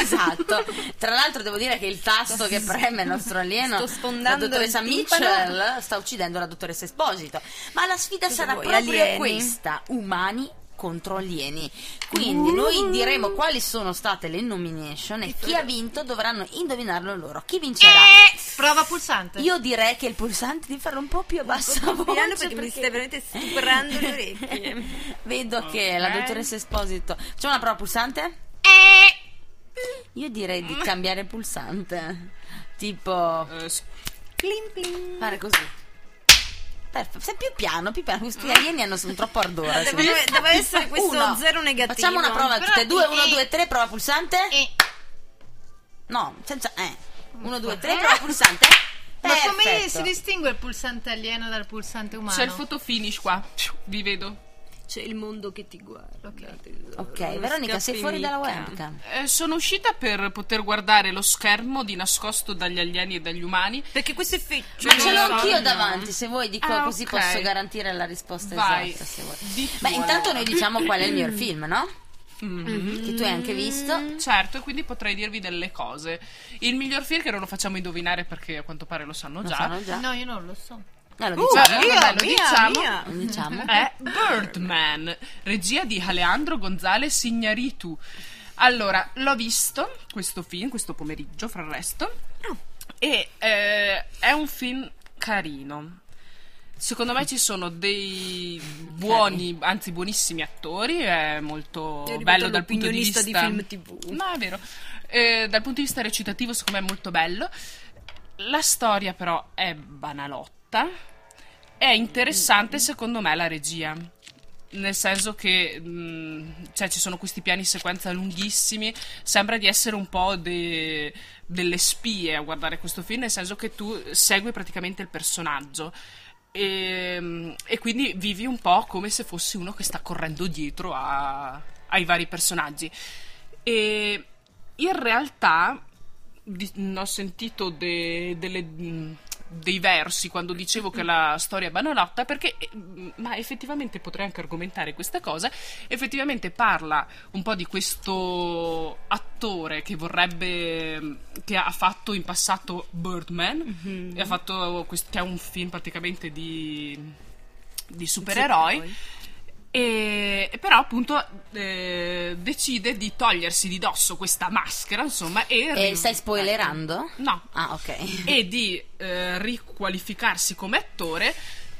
[SPEAKER 3] Esatto. Tra l'altro devo dire che il tasto che preme il nostro alieno,
[SPEAKER 2] Sto sfondando
[SPEAKER 3] la dottoressa
[SPEAKER 2] il timpano.
[SPEAKER 3] Mitchell, sta uccidendo la dottoressa Esposito. Ma la sfida sarà
[SPEAKER 2] vuoi,
[SPEAKER 3] proprio
[SPEAKER 2] alieni?
[SPEAKER 3] questa, umani contro alieni. Quindi
[SPEAKER 2] Uh.
[SPEAKER 3] noi diremo quali sono state le nomination e chi ha vinto dovranno indovinarlo loro. Chi vincerà?
[SPEAKER 4] Eh, prova pulsante.
[SPEAKER 3] Io direi che il pulsante di farlo un po' più a bassa
[SPEAKER 2] Sto
[SPEAKER 3] voce
[SPEAKER 2] piano perché mi stai veramente stuprando le orecchie.
[SPEAKER 3] Vedo che la
[SPEAKER 1] Ok.
[SPEAKER 3] dottoressa Esposito. C'è una prova pulsante?
[SPEAKER 2] Eh.
[SPEAKER 3] Io direi di cambiare pulsante. Tipo
[SPEAKER 1] eh, s-
[SPEAKER 2] Plim plim.
[SPEAKER 3] fare così. Perfetto, se più piano, più piano. Questi alieni hanno sono troppo ardore. secondo
[SPEAKER 2] Mm. Deve,
[SPEAKER 3] me.
[SPEAKER 2] deve essere questo
[SPEAKER 3] Uno.
[SPEAKER 2] zero negativo.
[SPEAKER 3] Facciamo una prova
[SPEAKER 4] Però-
[SPEAKER 3] tutte e due.
[SPEAKER 4] eh.
[SPEAKER 3] 1, 2, 3, prova pulsante.
[SPEAKER 4] Eh,
[SPEAKER 3] No, senza. Eh. 1, 2, 3, prova pulsante.
[SPEAKER 4] ma come
[SPEAKER 3] Perfetto.
[SPEAKER 4] si distingue il pulsante alieno dal pulsante umano?
[SPEAKER 1] c'è il fotofinish qua. Vi vedo.
[SPEAKER 2] C'è il mondo che ti guarda.
[SPEAKER 3] Ok, Veronica, sei fuori dalla webcam.
[SPEAKER 1] Eh, sono uscita per poter guardare lo schermo di nascosto dagli alieni e dagli umani.
[SPEAKER 2] Perché questo è feccio.
[SPEAKER 3] Ma ce l'ho
[SPEAKER 1] Non so,
[SPEAKER 3] anch'io
[SPEAKER 1] no.
[SPEAKER 3] davanti, se vuoi, dico
[SPEAKER 1] Ah,
[SPEAKER 3] così
[SPEAKER 1] ok.
[SPEAKER 3] posso garantire la risposta
[SPEAKER 1] Vai.
[SPEAKER 3] esatta. Se vuoi.
[SPEAKER 1] Di
[SPEAKER 3] Beh,
[SPEAKER 1] tu,
[SPEAKER 3] intanto
[SPEAKER 1] allora.
[SPEAKER 3] noi diciamo qual è il mio film, no?
[SPEAKER 1] Mm-hmm.
[SPEAKER 3] Che tu hai anche visto.
[SPEAKER 1] Certo, e quindi potrei dirvi delle cose. Il miglior film che non lo facciamo indovinare perché a quanto pare lo sanno
[SPEAKER 3] Lo
[SPEAKER 1] già.
[SPEAKER 3] sanno già.
[SPEAKER 4] No, io non lo so.
[SPEAKER 3] Eh,
[SPEAKER 2] Uh,
[SPEAKER 3] lo
[SPEAKER 1] Cioè, vabbè,
[SPEAKER 3] diciamo.
[SPEAKER 1] lo diciamo.
[SPEAKER 3] lo diciamo.
[SPEAKER 1] è Birdman, regia di Alejandro Gonzalez Signaritu. Allora, l'ho visto questo film, questo pomeriggio, fra il resto,
[SPEAKER 2] Ah.
[SPEAKER 1] e eh, è un film carino. Secondo me ci sono dei buoni, anzi buonissimi attori, è molto
[SPEAKER 2] È arrivato
[SPEAKER 1] bello dal punto di
[SPEAKER 2] l'opinionista
[SPEAKER 1] vista...
[SPEAKER 2] di film TV.
[SPEAKER 1] No, è vero. Eh, dal punto di vista recitativo secondo me è molto bello. La storia però è banalotta. È interessante secondo me la regia. Nel senso che mh, cioè, ci sono questi piani in sequenza lunghissimi, sembra di essere un po' de- delle spie a guardare questo film, nel senso che tu segui praticamente il personaggio e, mh, e quindi vivi un po' come se fossi uno che sta correndo dietro a- ai vari personaggi. E in realtà di- mh, ho sentito de- delle, mh, dei versi quando dicevo che la storia è banalotta, perché, eh, mh, ma effettivamente potrei anche argomentare questa cosa, effettivamente parla un po' di questo attore che vorrebbe, mh, che ha fatto in passato Birdman, e ha fatto quest- che è un film praticamente di, di supereroi. E, e però appunto eh, decide di togliersi di dosso questa maschera, insomma, e...
[SPEAKER 3] E
[SPEAKER 1] ri- Eh,
[SPEAKER 3] stai spoilerando?
[SPEAKER 1] No.
[SPEAKER 3] Ah, ok.
[SPEAKER 1] E di eh, riqualificarsi come attore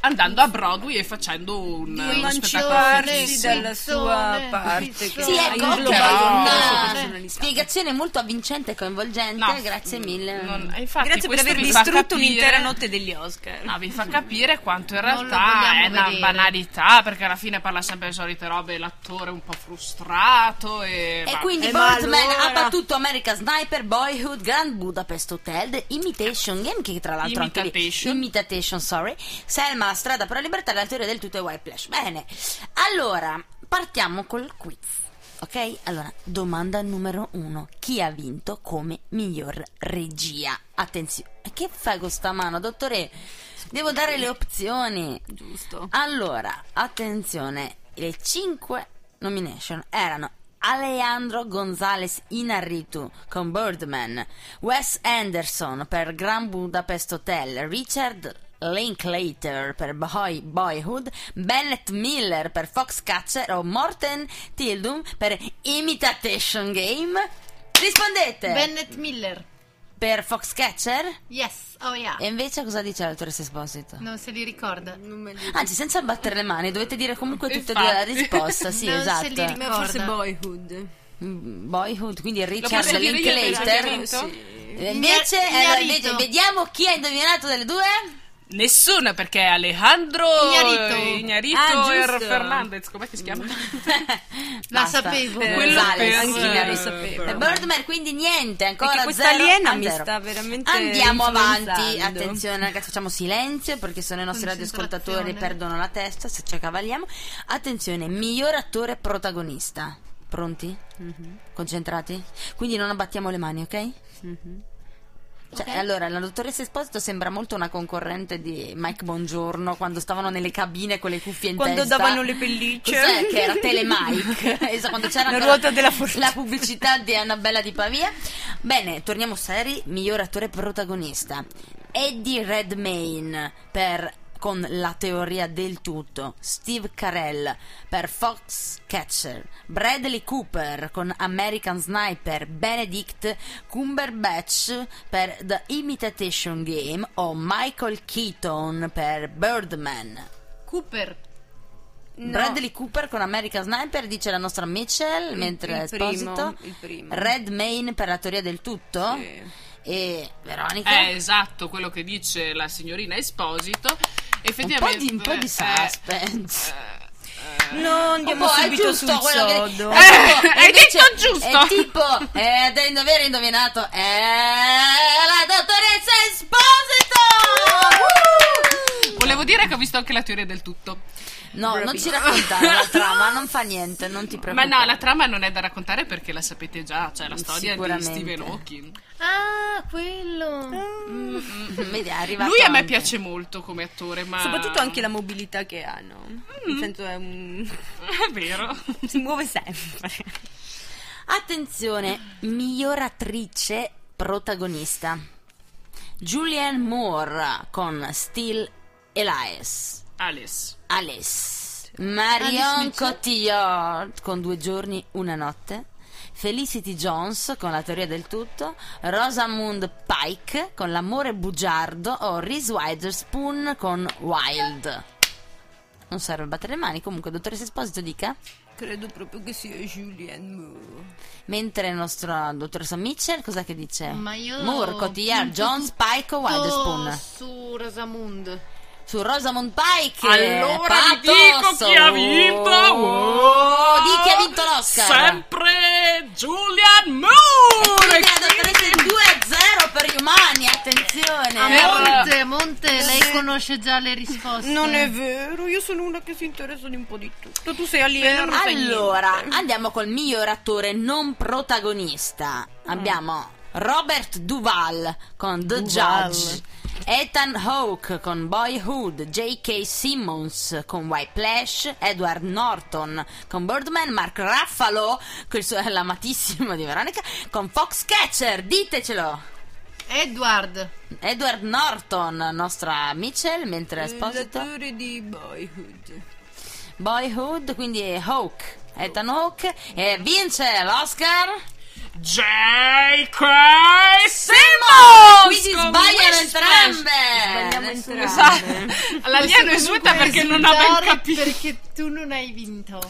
[SPEAKER 1] andando a Broadway e facendo un,
[SPEAKER 4] Di
[SPEAKER 1] uno spettacolo
[SPEAKER 4] lanciare-
[SPEAKER 1] fighissimo.
[SPEAKER 4] Sì,
[SPEAKER 2] dalla sua
[SPEAKER 4] sì,
[SPEAKER 2] parte
[SPEAKER 4] sì,
[SPEAKER 2] che
[SPEAKER 3] Sì,
[SPEAKER 4] Ah,
[SPEAKER 3] ecco,
[SPEAKER 1] il
[SPEAKER 3] ok,
[SPEAKER 1] globale,
[SPEAKER 3] una
[SPEAKER 1] la sua
[SPEAKER 3] spiegazione molto avvincente e coinvolgente,
[SPEAKER 1] No,
[SPEAKER 3] grazie mille.
[SPEAKER 1] Non- eh, infatti
[SPEAKER 2] Grazie per
[SPEAKER 1] questo
[SPEAKER 2] aver
[SPEAKER 1] vi fa
[SPEAKER 2] distrutto
[SPEAKER 1] capire- Ah,
[SPEAKER 2] un'intera notte degli Oscar.
[SPEAKER 1] No, vi fa capire quanto in
[SPEAKER 4] Non lo
[SPEAKER 1] realtà è
[SPEAKER 4] vogliamo
[SPEAKER 1] una
[SPEAKER 4] vedere.
[SPEAKER 1] banalità, perché alla fine parla sempre le solite robe, l'attore è un po' frustrato e...
[SPEAKER 3] E
[SPEAKER 1] va-
[SPEAKER 3] quindi
[SPEAKER 2] Eh, ma
[SPEAKER 3] Birdman
[SPEAKER 2] allora-
[SPEAKER 3] ha battuto America Sniper, Boyhood, Grand Budapest Hotel, The Imitation Game, che tra l'altro anche lì-
[SPEAKER 1] Imitation.
[SPEAKER 3] Imitation, sorry, Selma, Strada per la Libertà, la teoria del tutto è White Flash. Bene, allora, partiamo col quiz, ok? Allora, domanda numero uno. Chi ha vinto come miglior regia? Attenzione, che fai con sta mano, dottore? Devo dare le opzioni.
[SPEAKER 2] Giusto.
[SPEAKER 3] Allora, attenzione, le 5 nomination erano Alejandro Gonzalez Inarritu con Birdman, Wes Anderson per Grand Budapest Hotel, Richard Linklater per Boy- Boyhood, Bennett Miller per Foxcatcher o Morten Tildum per Imitation Game. Rispondete!
[SPEAKER 4] Bennett Miller.
[SPEAKER 3] per Foxcatcher?
[SPEAKER 4] Yes, oh yeah.
[SPEAKER 3] E invece cosa dice l'autoressa Esposito?
[SPEAKER 4] Non se li ricorda.
[SPEAKER 2] Non me li-
[SPEAKER 3] Anzi, senza battere le mani, dovete dire comunque tutte e
[SPEAKER 1] Infatti.
[SPEAKER 3] due la risposta. Sì,
[SPEAKER 4] Non se li
[SPEAKER 3] esatto.
[SPEAKER 4] ricorda.
[SPEAKER 2] Ma forse Boyhood.
[SPEAKER 3] Mm, Boyhood, quindi Richard
[SPEAKER 1] posso dire io,
[SPEAKER 3] Linklater.
[SPEAKER 1] Benjamin?
[SPEAKER 3] Eh, Invece,
[SPEAKER 4] Gna-
[SPEAKER 3] allora,
[SPEAKER 4] Gnarito.
[SPEAKER 3] vede- vediamo chi ha indovinato delle due.
[SPEAKER 1] Nessuna, perché Alejandro
[SPEAKER 4] Iñárritu.
[SPEAKER 1] eh, Iñárritu
[SPEAKER 2] Ah,
[SPEAKER 1] e
[SPEAKER 2] giusto.
[SPEAKER 1] Fernandez, com'è che si chiama?
[SPEAKER 4] La
[SPEAKER 3] Basta.
[SPEAKER 4] sapevo.
[SPEAKER 3] Eh,
[SPEAKER 1] Quello
[SPEAKER 3] Gonzales.
[SPEAKER 1] per-
[SPEAKER 2] Anch'io lo
[SPEAKER 1] eh,
[SPEAKER 2] sapevo.
[SPEAKER 3] Per Birdman, quindi niente, ancora
[SPEAKER 2] Perché questa
[SPEAKER 3] zero
[SPEAKER 2] aliena
[SPEAKER 3] a
[SPEAKER 2] mi
[SPEAKER 3] zero.
[SPEAKER 2] sta veramente
[SPEAKER 3] Andiamo avanti,
[SPEAKER 2] influenzando.
[SPEAKER 3] attenzione ragazzi, facciamo silenzio perché se no i nostri
[SPEAKER 4] Concentrazione.
[SPEAKER 3] radioascoltatori perdono la testa se ci accavalliamo. Attenzione, miglior attore protagonista. Pronti?
[SPEAKER 2] Mhm.
[SPEAKER 3] Concentrati? Quindi non abbattiamo le mani, ok? Cioè, Allora, la dottoressa Esposito sembra molto una concorrente di Mike Bongiorno quando stavano nelle cabine con le cuffie in
[SPEAKER 2] Quando
[SPEAKER 3] testa.
[SPEAKER 2] davano le pellicce.
[SPEAKER 3] Cos'è che era Telemike? esatto, quando c'era
[SPEAKER 2] La
[SPEAKER 3] ancora
[SPEAKER 2] ruota della fortuna.
[SPEAKER 3] la pubblicità di Annabella di Pavia. Bene, torniamo seri, miglior attore protagonista. Eddie Redmayne per con la teoria del tutto, Steve Carell per Foxcatcher, Bradley Cooper con American Sniper, Benedict Cumberbatch per The Imitation Game o Michael Keaton per Birdman.
[SPEAKER 4] Cooper.
[SPEAKER 2] No.
[SPEAKER 3] Bradley Cooper con American Sniper dice la nostra Mitchell, mentre
[SPEAKER 2] il primo,
[SPEAKER 3] Esposito
[SPEAKER 2] il primo.
[SPEAKER 3] Red Main per la teoria del tutto
[SPEAKER 2] Sì.
[SPEAKER 3] e Veronica
[SPEAKER 1] Eh, esatto, quello che dice la signorina Esposito.
[SPEAKER 3] un po'
[SPEAKER 1] Effettivamente...
[SPEAKER 3] di, un po' di
[SPEAKER 1] eh,
[SPEAKER 3] suspense.
[SPEAKER 2] No, andiamo
[SPEAKER 3] Oh, boh, è
[SPEAKER 2] subito
[SPEAKER 3] giusto
[SPEAKER 2] sul
[SPEAKER 3] quello che-
[SPEAKER 2] sodo.
[SPEAKER 3] è tipo-
[SPEAKER 1] Eh, hai
[SPEAKER 3] invece
[SPEAKER 1] detto giusto.
[SPEAKER 3] È tipo, eh, devi aver indovinato, eh, la dottoressa Esposito!
[SPEAKER 1] eh, Volevo dire che ho visto anche la teoria del tutto.
[SPEAKER 3] No, non ci raccontare la trama, non fa niente, non ti
[SPEAKER 1] Ma
[SPEAKER 3] preoccupare.
[SPEAKER 1] no, la trama non è da raccontare perché la sapete già, cioè la storia di
[SPEAKER 3] Sicuramente.
[SPEAKER 1] Stephen Hawking.
[SPEAKER 4] Ah, quello.
[SPEAKER 3] Ah. Mm, Vedi, è arrivato
[SPEAKER 1] Lui a me
[SPEAKER 3] anche.
[SPEAKER 1] piace molto come attore, ma...
[SPEAKER 2] Soprattutto anche la mobilità che hanno. Nel senso è un...
[SPEAKER 1] È vero.
[SPEAKER 2] si muove sempre.
[SPEAKER 3] Attenzione, miglior attrice protagonista. Julianne Moore con Steel Elias.
[SPEAKER 1] Alice.
[SPEAKER 3] Alice. Marion
[SPEAKER 4] Alice Mitchell.
[SPEAKER 3] Cotillard con Due giorni, una notte. Felicity Jones con La teoria del tutto. Rosamund Pike con L'amore bugiardo. O Reese Witherspoon con Wild. Non serve battere le mani, comunque, dottoressa Esposito dica.
[SPEAKER 2] Credo proprio che sia Julianne Moore.
[SPEAKER 3] Mentre il nostro dottoressa Mitchell, cos'è che dice?
[SPEAKER 4] Ma io
[SPEAKER 3] Moore, Cotillard,
[SPEAKER 4] punto
[SPEAKER 3] Jones, Pike o Eh.
[SPEAKER 4] tutto
[SPEAKER 3] Witherspoon?
[SPEAKER 4] Su Rosamund.
[SPEAKER 3] Su Rosamond Pike!
[SPEAKER 1] Allora vi dico
[SPEAKER 3] pathos!
[SPEAKER 1] chi ha vinto.
[SPEAKER 3] Oh, di chi ha vinto l'Oscar?
[SPEAKER 1] Sempre Julian Moore.
[SPEAKER 3] Quindi la dottoressa è 2-0 per gli umani, attenzione!
[SPEAKER 4] A
[SPEAKER 1] Eh,
[SPEAKER 4] Ah, Monte, Monte, lei conosce già le risposte.
[SPEAKER 2] Eh. Non è vero, io sono una che si interessa di un po' di tutto. Tu sei aliena, non sai
[SPEAKER 3] Allora,
[SPEAKER 2] niente.
[SPEAKER 3] andiamo col miglior attore non protagonista.
[SPEAKER 2] Mm.
[SPEAKER 3] Abbiamo Robert Duval con The Judge, Ethan Hawke con Boyhood, J.K. Simmons con White Flash, Edward Norton con Birdman, Mark Raffalo, questo è l'amatissimo di Veronica, con Foxcatcher, ditecelo!
[SPEAKER 4] Edward.
[SPEAKER 3] Edward
[SPEAKER 2] Eh,
[SPEAKER 3] Norton, nostra Mitchell, mentre Esposito.
[SPEAKER 2] L'attore di Boyhood.
[SPEAKER 3] Boyhood, quindi è Hawke, Ethan Hawke, e vince l'Oscar.
[SPEAKER 1] J.K.
[SPEAKER 3] Simmons! Quindi
[SPEAKER 1] con
[SPEAKER 3] sbagliano
[SPEAKER 1] Whiplash.
[SPEAKER 3] entrambe!
[SPEAKER 2] Sbagliamo
[SPEAKER 3] Nessuno sa.
[SPEAKER 2] entrambe.
[SPEAKER 1] Esatto. L'alieno è sueta perché non ha ben
[SPEAKER 4] aveva
[SPEAKER 1] capito.
[SPEAKER 4] Perché tu non hai vinto.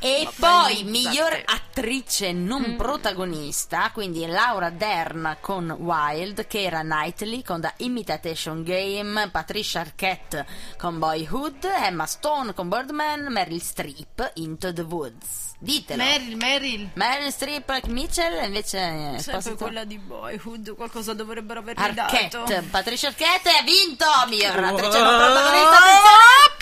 [SPEAKER 3] E poi miglior attrice non protagonista, quindi Laura Dern con Wild, Keira Knightley con The Imitation Game, Patricia Arquette con Boyhood, Emma Stone con Birdman, Meryl Streep Into the Woods. Ditelo.
[SPEAKER 4] Meryl, Meryl.
[SPEAKER 3] Meryl Streep Mitchell invece eh,
[SPEAKER 2] Sempre
[SPEAKER 3] Esposito.
[SPEAKER 2] quella di Boyhood, qualcosa dovrebbero avermi
[SPEAKER 3] Arquette,
[SPEAKER 2] dato.
[SPEAKER 3] Patricia Arquette ha vinto miglior attrice non protagonista. attenzione!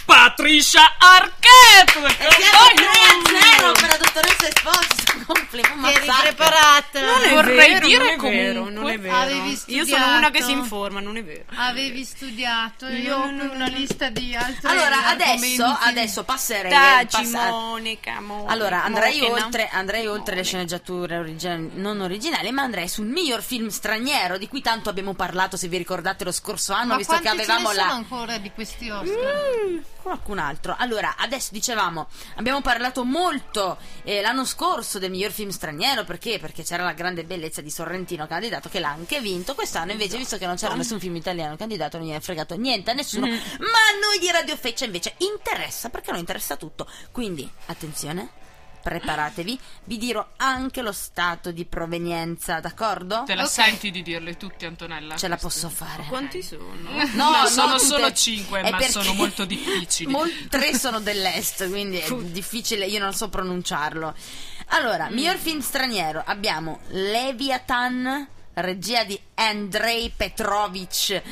[SPEAKER 1] Patricia Arquette!
[SPEAKER 3] E siamo 3 a 0 per la dottoressa Esposito. Complimenti, un
[SPEAKER 4] Eri
[SPEAKER 3] massacro.
[SPEAKER 4] preparata.
[SPEAKER 2] Non è
[SPEAKER 1] Vorrei
[SPEAKER 2] vero,
[SPEAKER 1] dire
[SPEAKER 2] non è vero,
[SPEAKER 1] comunque-
[SPEAKER 2] non è vero.
[SPEAKER 4] Avevi
[SPEAKER 2] Io sono
[SPEAKER 4] studiato.
[SPEAKER 2] una che si informa, non è vero.
[SPEAKER 4] Avevi studiato, io
[SPEAKER 2] No,
[SPEAKER 4] ho
[SPEAKER 2] no, no,
[SPEAKER 4] qui una
[SPEAKER 2] no.
[SPEAKER 4] lista di altri
[SPEAKER 3] Allora,
[SPEAKER 4] argomenti.
[SPEAKER 3] adesso, adesso passerei al
[SPEAKER 2] Taci,
[SPEAKER 3] passa-
[SPEAKER 2] Monica, Monica.
[SPEAKER 3] Allora, andrei
[SPEAKER 2] Monica.
[SPEAKER 3] oltre, andrei oltre le sceneggiature origin- non originali, ma andrei sul miglior film straniero di cui tanto abbiamo parlato, se vi ricordate lo scorso anno,
[SPEAKER 4] Ma
[SPEAKER 3] visto che
[SPEAKER 4] quanti ce ne
[SPEAKER 3] avevamo
[SPEAKER 4] sono
[SPEAKER 3] la Mm.
[SPEAKER 4] ancora di questi Oscar?
[SPEAKER 3] qualcun altro. Allora, adesso dicevamo, abbiamo parlato molto eh, l'anno scorso del miglior film straniero, perché? Perché c'era la grande bellezza di Sorrentino candidato che l'ha anche vinto. Quest'anno invece, visto che non c'era nessun film italiano candidato, non gli è fregato niente a nessuno, ma a noi di Radio Feccia invece interessa, perché non interessa tutto. Quindi, attenzione, preparatevi, vi dirò anche lo stato di provenienza, d'accordo?
[SPEAKER 1] Te la
[SPEAKER 4] Ok.
[SPEAKER 1] senti di dirle tutti, Antonella?
[SPEAKER 3] Ce la posso fare.
[SPEAKER 2] Quanti sono?
[SPEAKER 3] No,
[SPEAKER 1] No,
[SPEAKER 3] non
[SPEAKER 1] sono
[SPEAKER 3] tutte.
[SPEAKER 1] solo cinque,
[SPEAKER 3] È
[SPEAKER 1] ma
[SPEAKER 3] perché
[SPEAKER 1] sono molto difficili.
[SPEAKER 3] mol- tre sono dell'est, quindi è difficile, io non so pronunciarlo.
[SPEAKER 1] Mm.
[SPEAKER 3] Allora, miglior film straniero abbiamo Leviathan. Regia di Andrei Petrovich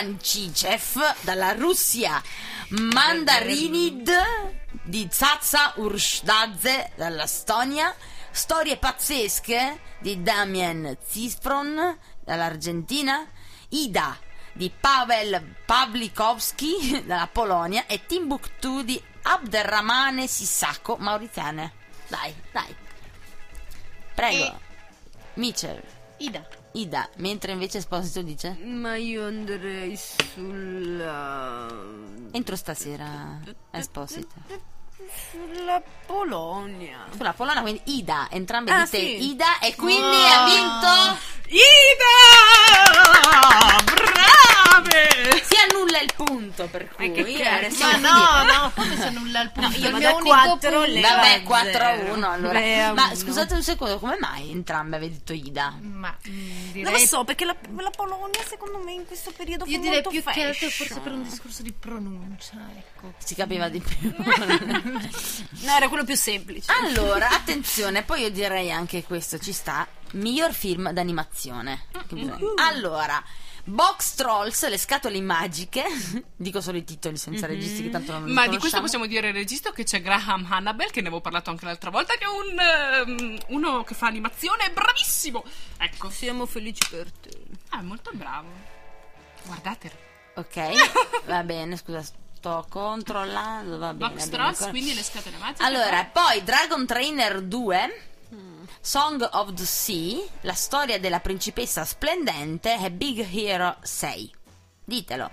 [SPEAKER 3] Zivancicev dalla Russia, Mandarinid di Zazza Urshdadze dall'Estonia, Storie pazzesche di Damien Zispron dall'Argentina, Ida di Pavel Pawlikowski dalla Polonia e Timbuktu di Abderramane Sissako Mauriziane. Dai, dai. Prego.
[SPEAKER 4] E-
[SPEAKER 3] Mitchell,
[SPEAKER 4] Ida.
[SPEAKER 3] Ida, mentre invece Esposito dice
[SPEAKER 2] Ma io andrei sulla.
[SPEAKER 3] entro stasera Esposito.
[SPEAKER 2] sulla Polonia.
[SPEAKER 3] Sulla Polonia, quindi Ida, entrambe
[SPEAKER 2] Ah,
[SPEAKER 3] dite
[SPEAKER 2] sì. Ah.
[SPEAKER 3] Ida e quindi
[SPEAKER 4] Wow.
[SPEAKER 3] ha vinto
[SPEAKER 2] Ah,
[SPEAKER 1] Ida! Brave!
[SPEAKER 3] si annulla il punto per cui
[SPEAKER 2] che cazzo.
[SPEAKER 3] adesso
[SPEAKER 4] Ma
[SPEAKER 3] quindi-
[SPEAKER 4] no, no, come se nulla al punto.
[SPEAKER 2] io
[SPEAKER 4] il
[SPEAKER 2] vado
[SPEAKER 4] mio
[SPEAKER 2] a
[SPEAKER 4] unico
[SPEAKER 2] quattro,
[SPEAKER 4] punto-
[SPEAKER 2] lei-
[SPEAKER 3] Vabbè,
[SPEAKER 2] Zero.
[SPEAKER 3] 4 a 1 allora.
[SPEAKER 2] Tre a
[SPEAKER 3] Ma
[SPEAKER 2] uno.
[SPEAKER 3] scusate un secondo, come mai entrambe avete detto Ida?
[SPEAKER 4] Ma mm,
[SPEAKER 2] Non lo
[SPEAKER 4] direi
[SPEAKER 2] so, perché la, la Polonia, secondo me, in questo periodo
[SPEAKER 4] Io
[SPEAKER 2] fa
[SPEAKER 4] direi
[SPEAKER 2] molto
[SPEAKER 4] più che altro
[SPEAKER 2] fashion.
[SPEAKER 4] forse per un discorso di pronuncia, ecco.
[SPEAKER 3] Si capiva di più.
[SPEAKER 2] No, era quello più semplice.
[SPEAKER 3] Allora, attenzione, poi io direi anche questo ci sta. Miglior film d'animazione. Che bisogna- Allora, Box Trolls, le scatole magiche. Dico solo i titoli senza registi che tanto non li
[SPEAKER 1] Ma di questo
[SPEAKER 3] conosciamo.
[SPEAKER 1] possiamo dire il registro che c'è Graham Hannabel, che ne avevo parlato anche l'altra volta, che è un, ehm, uno che fa animazione, è bravissimo! Ecco,
[SPEAKER 2] Siamo felici per te.
[SPEAKER 1] ah, è molto bravo. Guardatelo.
[SPEAKER 3] Ok, va bene, scusa, sto controllando, va bene.
[SPEAKER 1] Box
[SPEAKER 3] va bene,
[SPEAKER 1] Trolls,
[SPEAKER 3] ancora.
[SPEAKER 1] quindi le scatole magiche.
[SPEAKER 3] Allora, poi Dragon Trainer 2. Song of the Sea, la storia della principessa splendente e Big Hero 6. Ditelo.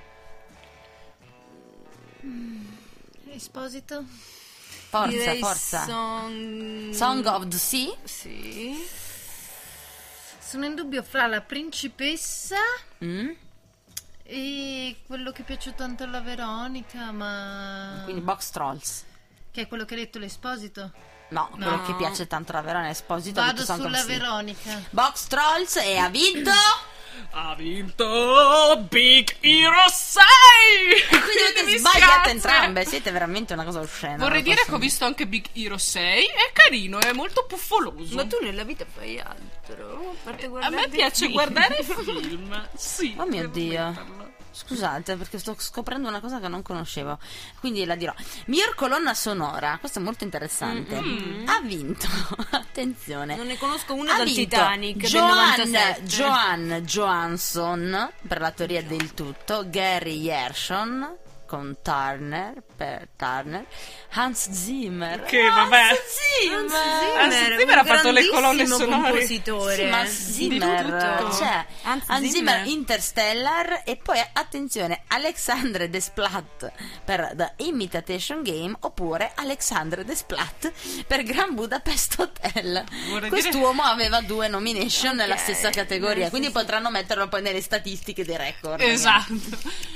[SPEAKER 4] Esposito?
[SPEAKER 3] Forza,
[SPEAKER 2] Direi
[SPEAKER 3] forza.
[SPEAKER 2] Song...
[SPEAKER 3] Song of the Sea.
[SPEAKER 2] Sì.
[SPEAKER 4] Sono in dubbio fra la principessa
[SPEAKER 3] Mm.
[SPEAKER 4] e quello che è piaciuto tanto alla Veronica, ma...
[SPEAKER 3] Quindi Box Trolls.
[SPEAKER 4] Che è quello che ha detto l'esposito.
[SPEAKER 3] No, quello che piace tanto alla Verona Esposito. ha
[SPEAKER 4] Vado
[SPEAKER 3] detto Song of
[SPEAKER 4] sulla
[SPEAKER 3] Sea.
[SPEAKER 4] Veronica.
[SPEAKER 3] Box Trolls e ha vinto.
[SPEAKER 1] Ha vinto Big Hero 6!
[SPEAKER 3] Quindi avete
[SPEAKER 1] mi
[SPEAKER 3] sbagliato
[SPEAKER 1] spiace.
[SPEAKER 3] entrambe. Siete veramente una cosa oscena.
[SPEAKER 1] Vorrei
[SPEAKER 3] non
[SPEAKER 1] dire
[SPEAKER 3] posso-
[SPEAKER 1] che ho visto anche Big Hero 6, è carino, è molto puffoloso.
[SPEAKER 2] Ma tu nella vita fai altro? A parte
[SPEAKER 1] A me
[SPEAKER 2] guardare
[SPEAKER 1] piace
[SPEAKER 2] film.
[SPEAKER 1] guardare i film. Sì.
[SPEAKER 3] Oh mio
[SPEAKER 1] devo
[SPEAKER 3] Dio.
[SPEAKER 1] ammetterlo.
[SPEAKER 3] Scusate, perché sto scoprendo una cosa che non conoscevo. Quindi la dirò. Miglior colonna sonora. Questo è molto interessante. Ha vinto. Attenzione.
[SPEAKER 2] Mm-hmm. Non ne conosco una
[SPEAKER 3] ha
[SPEAKER 2] dal
[SPEAKER 3] vinto
[SPEAKER 2] Titanic del
[SPEAKER 3] Joan,
[SPEAKER 2] 97.
[SPEAKER 3] Joan Johansson per la teoria del tutto. Gary Yershon con Turner, per Turner, Hans Zimmer.
[SPEAKER 1] Che vabbè.
[SPEAKER 3] Hans Zimmer!
[SPEAKER 2] Ah,
[SPEAKER 1] Hans Zimmer ha fatto le colonne sonore.
[SPEAKER 2] compositore.
[SPEAKER 3] Sì, ma Zimmer,
[SPEAKER 1] Di tutto.
[SPEAKER 3] cioè,
[SPEAKER 2] Hans
[SPEAKER 3] Hans Zimmer,
[SPEAKER 2] Zimmer.
[SPEAKER 3] Interstellar e poi attenzione Alexandre Desplat per The Imitation Game oppure Alexandre Desplat per Grand Budapest Hotel.
[SPEAKER 1] Vorrei
[SPEAKER 3] Quest'uomo aveva due nomination nella
[SPEAKER 2] Ok,
[SPEAKER 3] stessa categoria,
[SPEAKER 2] sì,
[SPEAKER 3] quindi potranno metterlo poi nelle statistiche dei record.
[SPEAKER 1] Esatto.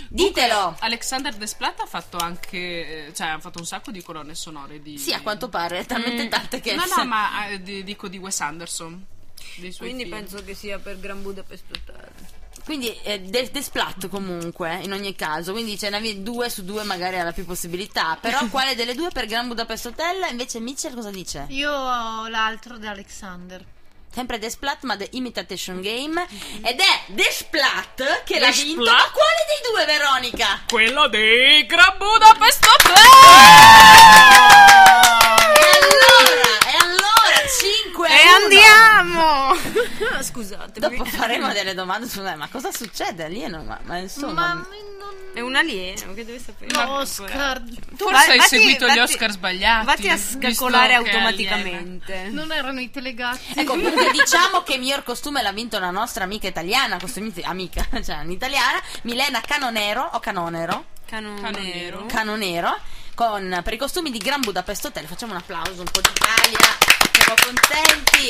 [SPEAKER 3] Ditelo.
[SPEAKER 1] Alexander Desplat ha fatto anche, eh, cioè ha fatto un sacco di colonne sonore di...
[SPEAKER 3] Sì, a quanto pare, talmente tante che
[SPEAKER 1] Mm. No, no, ma eh, di- dico di Wes Anderson. Dei suoi
[SPEAKER 2] Quindi
[SPEAKER 1] film.
[SPEAKER 2] penso che sia per Gran Budapest Hotel.
[SPEAKER 3] Quindi eh, de- Desplat comunque, in ogni caso, quindi ce ne avevi due su due magari alla più possibilità, però quale delle due per Gran Budapest Hotel? Invece Mitchell cosa dice?
[SPEAKER 4] Io ho l'altro da Alexander.
[SPEAKER 3] Sempre Desplat ma The Imitation Game ed è Desplat che l'ha vinto.
[SPEAKER 1] Desplat?
[SPEAKER 3] Ma quale dei due Veronica?
[SPEAKER 1] Quello di Gran Budapest Hotel!
[SPEAKER 3] E allora, e allora 5
[SPEAKER 2] E andiamo! Scusate,
[SPEAKER 3] Dopo faremo delle domande su ma cosa succede alieno? Ma, ma insomma,
[SPEAKER 4] Ma mi- non...
[SPEAKER 2] è un alieno che deve sapere.
[SPEAKER 4] Oscar.
[SPEAKER 1] Tu Forse
[SPEAKER 2] vai-
[SPEAKER 1] hai
[SPEAKER 2] vatti-
[SPEAKER 1] seguito gli
[SPEAKER 2] vatti-
[SPEAKER 1] Oscar sbagliati.
[SPEAKER 2] Vatti a
[SPEAKER 1] visto
[SPEAKER 2] scalcolare
[SPEAKER 1] che
[SPEAKER 2] automaticamente.
[SPEAKER 4] Non erano i telegatti.
[SPEAKER 3] Ecco, comunque diciamo che miglior costume l'ha vinto una nostra amica italiana, costumista, amica, cioè un'italiana, Milena Canonero o Canonero,
[SPEAKER 1] Canonero.
[SPEAKER 2] Canonero.
[SPEAKER 3] Canonero, con, per i costumi di Gran Budapest Hotel. Facciamo un applauso, un po' d'Italia, siamo contenti.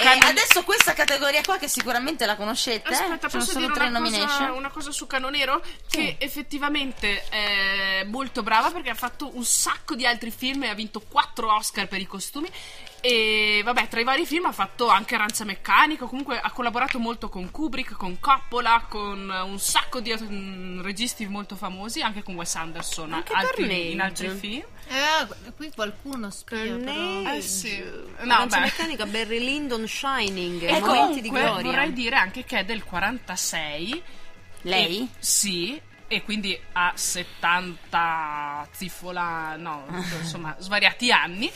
[SPEAKER 3] E
[SPEAKER 1] Canon-
[SPEAKER 3] adesso questa categoria qua che sicuramente la conoscete,
[SPEAKER 1] Aspetta,
[SPEAKER 3] eh, ci sono
[SPEAKER 1] posso
[SPEAKER 3] solo
[SPEAKER 1] dire
[SPEAKER 3] tre
[SPEAKER 1] una cosa,
[SPEAKER 3] nomination.
[SPEAKER 1] una cosa su Canonero? Che effettivamente è molto brava perché ha fatto un sacco di altri film e ha vinto quattro Oscar per i costumi. E vabbè, tra i vari film ha fatto anche Aranza Meccanica. Comunque ha collaborato molto con Kubrick, con Coppola, con un sacco di mm, registi molto famosi, anche con Wes Anderson
[SPEAKER 2] Anche
[SPEAKER 1] altri-
[SPEAKER 2] Corneille.
[SPEAKER 1] in altri film.
[SPEAKER 4] Eh, guarda, qui qualcuno spia però.
[SPEAKER 1] Eh, sì. No,
[SPEAKER 2] No,
[SPEAKER 1] beh.
[SPEAKER 2] meccanica Barry Lyndon Shining,
[SPEAKER 1] E
[SPEAKER 2] momenti di
[SPEAKER 1] Ecco, comunque
[SPEAKER 2] gloria. Cioè,
[SPEAKER 1] vorrei dire anche che è del 46
[SPEAKER 3] Lei?
[SPEAKER 1] E- sì, e quindi ha 70 zifola, no, insomma, svariati anni.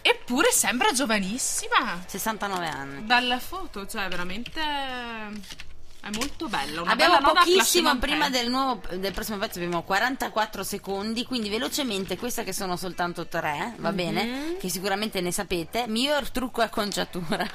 [SPEAKER 1] Eppure sembra giovanissima
[SPEAKER 3] 69 anni.
[SPEAKER 1] dalla foto, cioè veramente è molto bella. Una
[SPEAKER 3] Abbiamo
[SPEAKER 1] bella nota
[SPEAKER 3] pochissimo
[SPEAKER 1] classe
[SPEAKER 3] prima
[SPEAKER 1] Montaigne.
[SPEAKER 3] del, nuovo, del prossimo pezzo, abbiamo 44 secondi, quindi velocemente queste che sono soltanto tre,
[SPEAKER 2] Mhm.
[SPEAKER 3] va bene? Che sicuramente ne sapete. Miglior trucco a conciatura.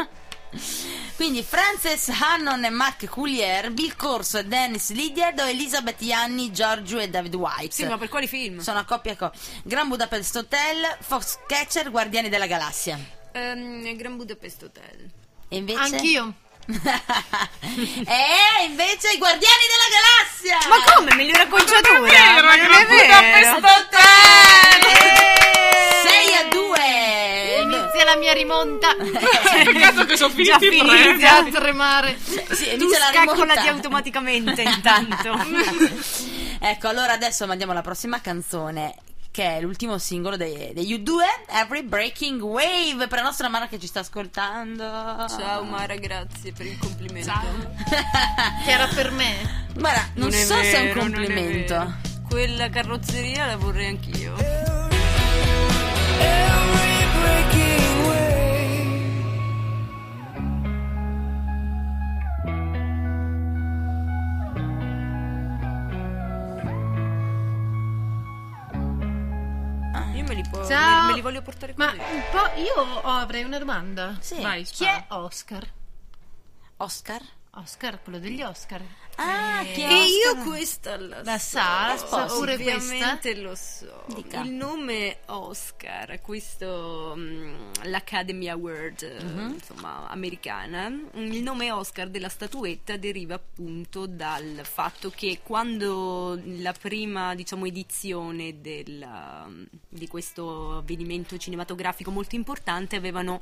[SPEAKER 3] Quindi Frances Hannon e Mark Coulier, Bill Corso e Dennis Lydiard o Elizabeth Yanni, Giorgio e David White.
[SPEAKER 2] Sì, ma per quali film?
[SPEAKER 3] Sono a coppia co. Gran Budapest Hotel, Foxcatcher, Guardiani della Galassia.
[SPEAKER 2] Ehm, Gran Budapest Hotel.
[SPEAKER 3] E invece...
[SPEAKER 4] Anch'io.
[SPEAKER 3] e invece i Guardiani della Galassia!
[SPEAKER 2] Ma come? Migliore acconciatura?
[SPEAKER 1] vero,
[SPEAKER 2] Ma non
[SPEAKER 1] Gran
[SPEAKER 2] è vero. Eh!
[SPEAKER 1] Budapest
[SPEAKER 3] Hotel! 6 a 2!
[SPEAKER 4] Inizia la mia rimonta.
[SPEAKER 1] Peccato che sono
[SPEAKER 2] Già
[SPEAKER 1] finiti i tre.
[SPEAKER 2] finita.
[SPEAKER 4] Inizia a tremare.
[SPEAKER 3] Sì,
[SPEAKER 2] Tu
[SPEAKER 3] inizia la
[SPEAKER 2] scaccolati
[SPEAKER 3] rimonta.
[SPEAKER 2] automaticamente intanto.
[SPEAKER 3] Ecco, allora adesso mandiamo la prossima canzone che è l'ultimo singolo dei- degli U2, Every Breaking Wave, per la nostra Mara che ci sta ascoltando.
[SPEAKER 2] Ciao Mara, grazie per il complimento.
[SPEAKER 1] Ciao.
[SPEAKER 4] Che era per me.
[SPEAKER 3] Guarda, non,
[SPEAKER 2] è
[SPEAKER 3] so se è un
[SPEAKER 2] vero, non è
[SPEAKER 3] complimento.
[SPEAKER 2] vero. Quella carrozzeria la vorrei anch'io.
[SPEAKER 5] Every breaking wave,
[SPEAKER 2] Io me li, po-
[SPEAKER 4] Ciao.
[SPEAKER 2] me- me li voglio portare con
[SPEAKER 4] Ma
[SPEAKER 2] me.
[SPEAKER 4] un po' io ho- avrei una domanda.
[SPEAKER 3] Sì.
[SPEAKER 1] Vai,
[SPEAKER 4] Chi
[SPEAKER 1] spara.
[SPEAKER 4] è Oscar?
[SPEAKER 3] Oscar?
[SPEAKER 4] Oscar, quello degli Oscar.
[SPEAKER 3] Ah, chi è
[SPEAKER 2] E io
[SPEAKER 3] Oscar?
[SPEAKER 2] questa la,
[SPEAKER 4] La sa, la sa pure
[SPEAKER 2] ovviamente lo so.
[SPEAKER 3] Dica.
[SPEAKER 2] Il nome Oscar, questo mm, l'Academy Award, eh, insomma, americana. mm, Il nome Oscar della statuetta deriva appunto dal fatto che quando la prima, diciamo, edizione della- di questo avvenimento cinematografico molto importante avevano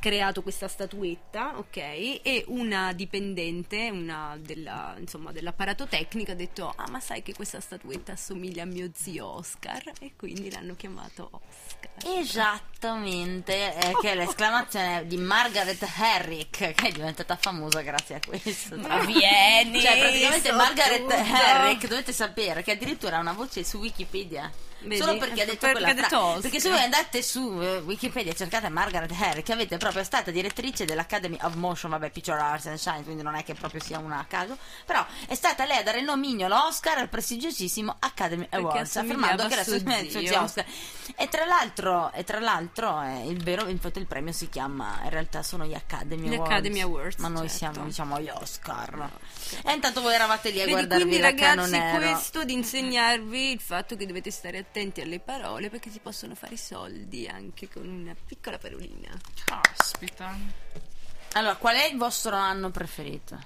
[SPEAKER 2] creato questa statuetta, ok? E una dipendente, una della, insomma, dell'apparato tecnico ha detto "Ah, ma sai che questa statuetta assomiglia a mio zio Oscar" e quindi l'hanno chiamato Oscar.
[SPEAKER 3] Esattamente, eh, che è l'esclamazione di Margaret Herrick, che è diventata famosa grazie a questo.
[SPEAKER 2] vieni!
[SPEAKER 3] Cioè, praticamente
[SPEAKER 2] so
[SPEAKER 3] Margaret
[SPEAKER 2] tutto.
[SPEAKER 3] Herrick, dovete sapere che addirittura ha una voce su Wikipedia.
[SPEAKER 2] Vedi?
[SPEAKER 3] solo perché ha
[SPEAKER 2] Ecco,
[SPEAKER 3] detto
[SPEAKER 2] perché
[SPEAKER 3] quella
[SPEAKER 2] ha detto
[SPEAKER 3] frase.
[SPEAKER 2] Oscar.
[SPEAKER 3] Perché se voi andate su eh, Wikipedia e cercate Margaret Hare, che avete proprio è stata direttrice dell'Academy of Motion, vabbè, Picture Arts and Science, quindi non è che proprio sia una a caso, però è stata lei a dare il nomignolo Oscar al prestigiosissimo Academy Awards,
[SPEAKER 2] assomigliava
[SPEAKER 3] affermando che
[SPEAKER 2] a
[SPEAKER 3] era
[SPEAKER 2] suo
[SPEAKER 3] suo
[SPEAKER 2] zio.
[SPEAKER 3] zio Oscar. E tra l'altro, e tra l'altro eh, il vero, infatti il premio si chiama, in realtà sono gli Academy
[SPEAKER 2] Gli
[SPEAKER 3] Awards.
[SPEAKER 2] Academy Awards,
[SPEAKER 3] Ma noi
[SPEAKER 2] certo.
[SPEAKER 3] siamo, diciamo, gli Oscar. E intanto voi eravate lì a
[SPEAKER 2] Vedi,
[SPEAKER 3] guardarvi
[SPEAKER 2] quindi
[SPEAKER 3] la
[SPEAKER 2] ragazzi
[SPEAKER 3] Canonero.
[SPEAKER 2] questo di insegnarvi il fatto che dovete stare attenti alle parole perché si possono fare i soldi anche con una piccola parolina.
[SPEAKER 1] Caspita.
[SPEAKER 3] Allora, qual è il vostro anno preferito?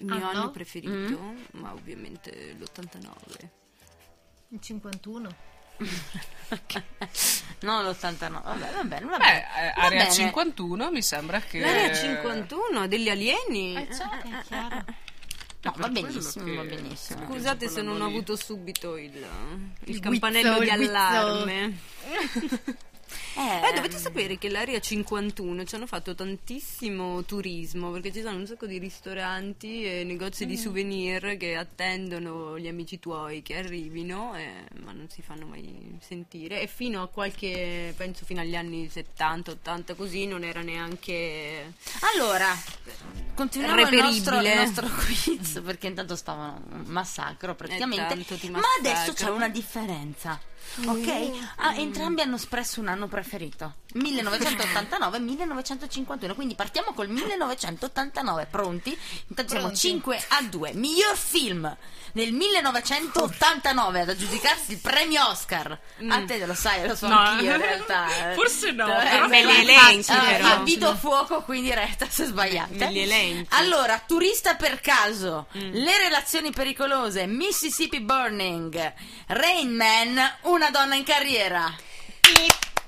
[SPEAKER 2] Il mio
[SPEAKER 4] Ah,
[SPEAKER 2] anno
[SPEAKER 4] no? Mm.
[SPEAKER 2] preferito, ma ovviamente l'89.
[SPEAKER 4] Il 51.
[SPEAKER 3] No, l'89. Vabbè, va bene, va
[SPEAKER 1] Beh,
[SPEAKER 3] bene.
[SPEAKER 1] eh,
[SPEAKER 3] Va
[SPEAKER 1] area
[SPEAKER 3] bene.
[SPEAKER 1] 51 mi sembra che...
[SPEAKER 2] L'area 51 degli
[SPEAKER 4] Eh,
[SPEAKER 2] alieni?
[SPEAKER 4] È chiaro.
[SPEAKER 3] No, va
[SPEAKER 1] per quello
[SPEAKER 3] benissimo,
[SPEAKER 1] che-
[SPEAKER 3] va benissimo.
[SPEAKER 2] Eh, Scusate se non ho
[SPEAKER 1] Quello lì.
[SPEAKER 2] avuto subito il, il
[SPEAKER 4] guizzo,
[SPEAKER 2] campanello di
[SPEAKER 4] il guizzo.
[SPEAKER 2] allarme.
[SPEAKER 3] Eh,
[SPEAKER 2] Eh, dovete sapere che l'area 51 ci hanno fatto tantissimo turismo perché ci sono un sacco di ristoranti e negozi di souvenir che attendono gli amici tuoi che arrivino, eh, ma non si fanno mai sentire. E fino a qualche, penso fino agli anni 70-80 così, non era neanche...
[SPEAKER 3] Allora, continuiamo il nostro, il
[SPEAKER 2] Reperibile.
[SPEAKER 3] nostro quiz, perché intanto stavano un massacro praticamente.
[SPEAKER 2] tanto ti
[SPEAKER 3] Ma adesso c'è
[SPEAKER 2] massacrano.
[SPEAKER 3] una differenza. Ok? Ah, entrambi hanno espresso un anno preferito. 1989 1951. Quindi partiamo col 1989. Pronti? Intanto siamo 5 a 2. Miglior film del 1989 ad aggiudicarsi il premio Oscar. A te lo sai, lo so
[SPEAKER 1] No.
[SPEAKER 3] anch'io in realtà.
[SPEAKER 1] Forse no,
[SPEAKER 3] Eh,
[SPEAKER 1] però
[SPEAKER 3] me
[SPEAKER 2] me
[SPEAKER 3] li
[SPEAKER 2] li
[SPEAKER 3] elenchi
[SPEAKER 2] elenchi,
[SPEAKER 3] però.
[SPEAKER 2] però.
[SPEAKER 3] Avvido fuoco, quindi retta se sbagliate.
[SPEAKER 2] Me li elenchi. Mm.
[SPEAKER 3] Allora, turista per caso, le relazioni pericolose, Mississippi Burning, Rain Man, una donna in carriera.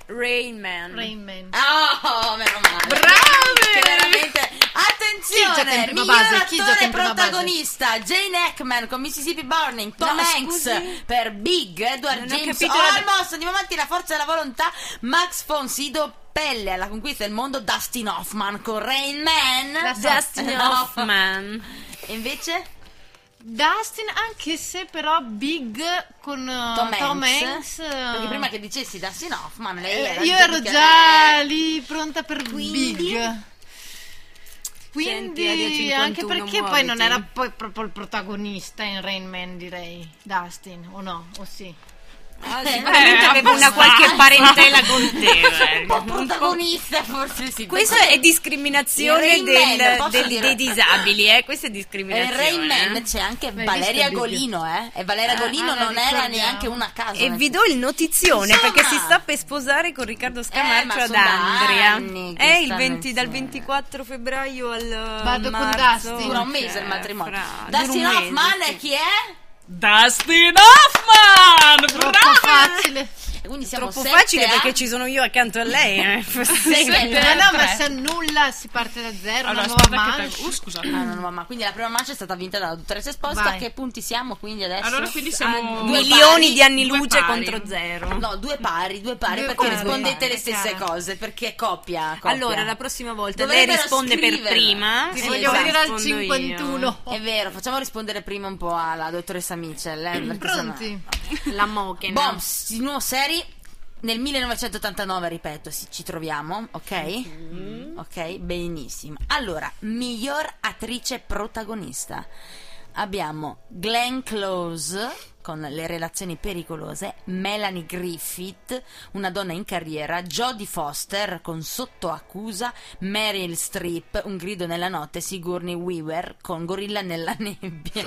[SPEAKER 2] Rain Man.
[SPEAKER 4] Rain Man.
[SPEAKER 3] Oh, meno male.
[SPEAKER 1] Brave!
[SPEAKER 3] Che veramente-
[SPEAKER 4] Chi gioca in
[SPEAKER 3] Attenzione,
[SPEAKER 4] prima
[SPEAKER 3] miglior
[SPEAKER 4] base? Chi gioca
[SPEAKER 3] attore
[SPEAKER 4] in prima base?
[SPEAKER 3] protagonista Jane Eckman con Mississippi Burning, Tom
[SPEAKER 2] No,
[SPEAKER 3] Hanks
[SPEAKER 2] scusi.
[SPEAKER 3] per Big, Edward
[SPEAKER 2] Non ho
[SPEAKER 3] James
[SPEAKER 2] capito la-
[SPEAKER 3] Olmos, andiamo avanti, la forza e la volontà, Max Fonsido, Pelle alla conquista del mondo, Dustin Hoffman con Rain Man,
[SPEAKER 4] La so.
[SPEAKER 2] Dustin Hoffman.
[SPEAKER 3] E invece
[SPEAKER 4] Dustin, anche se però big con uh,
[SPEAKER 3] Tom, Hanks.
[SPEAKER 4] Hanks, uh,
[SPEAKER 3] Perché prima che dicessi Dustin Hoffman, lei era
[SPEAKER 4] eh, io
[SPEAKER 3] già
[SPEAKER 4] ero
[SPEAKER 3] dichiarata-
[SPEAKER 4] già lì pronta per
[SPEAKER 3] Quindi?
[SPEAKER 4] big. Quindi,
[SPEAKER 2] Senti, Aria 51,
[SPEAKER 4] anche perché poi non
[SPEAKER 2] muoviti.
[SPEAKER 4] era poi proprio il protagonista in Rain Man, direi. Dustin, o no? O sì.
[SPEAKER 2] Ah, sicuramente
[SPEAKER 1] Eh,
[SPEAKER 2] avevo una
[SPEAKER 1] abbastanza.
[SPEAKER 2] qualche parentela con te. eh.
[SPEAKER 3] Un po' protagonista forse sì.
[SPEAKER 2] Questa è
[SPEAKER 3] Il
[SPEAKER 2] discriminazione
[SPEAKER 3] Rain
[SPEAKER 2] del-
[SPEAKER 3] Man, posso
[SPEAKER 2] del-
[SPEAKER 3] dire?
[SPEAKER 2] dei disabili, eh? Questa è
[SPEAKER 3] E in
[SPEAKER 2] discriminazione. eh.
[SPEAKER 3] Rain Man c'è anche
[SPEAKER 4] L'hai
[SPEAKER 3] Valeria
[SPEAKER 4] visto il video?
[SPEAKER 3] Golino, eh? E Valeria
[SPEAKER 4] Ah,
[SPEAKER 3] Golino
[SPEAKER 4] ah, la
[SPEAKER 3] non era
[SPEAKER 4] ricordiamo.
[SPEAKER 3] neanche una eh. a caso.
[SPEAKER 2] E
[SPEAKER 3] nel
[SPEAKER 2] vi do il notizione
[SPEAKER 3] cioè, Insomma. Eh,
[SPEAKER 2] perché si sta per sposare con Riccardo
[SPEAKER 3] ma
[SPEAKER 2] Scamarcio ad
[SPEAKER 3] sono da
[SPEAKER 2] Andria.
[SPEAKER 3] anni che
[SPEAKER 2] È il
[SPEAKER 3] stanno
[SPEAKER 2] 20 dal
[SPEAKER 3] insieme.
[SPEAKER 2] 24 febbraio al eh,
[SPEAKER 4] Vado con
[SPEAKER 2] marzo.
[SPEAKER 4] Dustin.
[SPEAKER 3] Dura un mese
[SPEAKER 2] Cioè,
[SPEAKER 3] il matrimonio.
[SPEAKER 2] fra-
[SPEAKER 3] Dustin
[SPEAKER 2] dura un mese,
[SPEAKER 3] Hoffman
[SPEAKER 2] sì.
[SPEAKER 3] chi è?
[SPEAKER 1] Dustin Hoffman!
[SPEAKER 4] Troppo
[SPEAKER 1] Brava!
[SPEAKER 4] facile.
[SPEAKER 3] E quindi siamo
[SPEAKER 2] Troppo
[SPEAKER 3] sette eh?
[SPEAKER 2] facile
[SPEAKER 3] a-
[SPEAKER 2] perché ci sono io accanto a lei. eh.
[SPEAKER 3] Sette
[SPEAKER 4] Ma
[SPEAKER 3] a-
[SPEAKER 4] no,
[SPEAKER 1] tre.
[SPEAKER 4] ma se nulla si parte da zero,
[SPEAKER 1] Allora,
[SPEAKER 4] una nuova
[SPEAKER 1] aspetta che
[SPEAKER 4] manche.
[SPEAKER 1] tengo... Uh, scusa.
[SPEAKER 3] Ah, no, no, ma quindi la prima mancia è stata vinta dalla dottoressa Esposito. A
[SPEAKER 4] Vai.
[SPEAKER 3] che punti siamo quindi adesso?
[SPEAKER 1] Allora, quindi siamo...
[SPEAKER 3] due
[SPEAKER 2] Milioni
[SPEAKER 3] pari,
[SPEAKER 2] di anni
[SPEAKER 1] due
[SPEAKER 2] luce
[SPEAKER 1] pari.
[SPEAKER 2] contro zero.
[SPEAKER 3] No, due pari, due pari,
[SPEAKER 4] Due
[SPEAKER 3] perché
[SPEAKER 4] pari,
[SPEAKER 3] rispondete
[SPEAKER 4] pari,
[SPEAKER 3] le stesse
[SPEAKER 4] chiaro.
[SPEAKER 3] cose, perché coppia, coppia.
[SPEAKER 2] Allora, la prossima volta lei
[SPEAKER 3] Dovrebbero
[SPEAKER 2] risponde per
[SPEAKER 3] scriverla.
[SPEAKER 2] prima.
[SPEAKER 4] Ti
[SPEAKER 2] e
[SPEAKER 4] voglio
[SPEAKER 2] poi
[SPEAKER 4] vedere esatto. al
[SPEAKER 2] rispondo io.
[SPEAKER 4] 51.
[SPEAKER 3] È vero, facciamo rispondere prima un po' alla dottoressa Mitchell. eh, perché sennò-
[SPEAKER 4] Pronti?
[SPEAKER 2] La Mochen.
[SPEAKER 3] Bombs, di nuovo seri. Nel 1989, ripeto, si- ci troviamo, ok? Ok, benissimo. Allora, miglior attrice protagonista. Abbiamo Glenn Close con Le relazioni pericolose, Melanie Griffith, una donna in carriera, Jodie Foster con Sotto accusa, Meryl Streep, Un grido nella notte, Sigourney Weaver con Gorilla nella nebbia.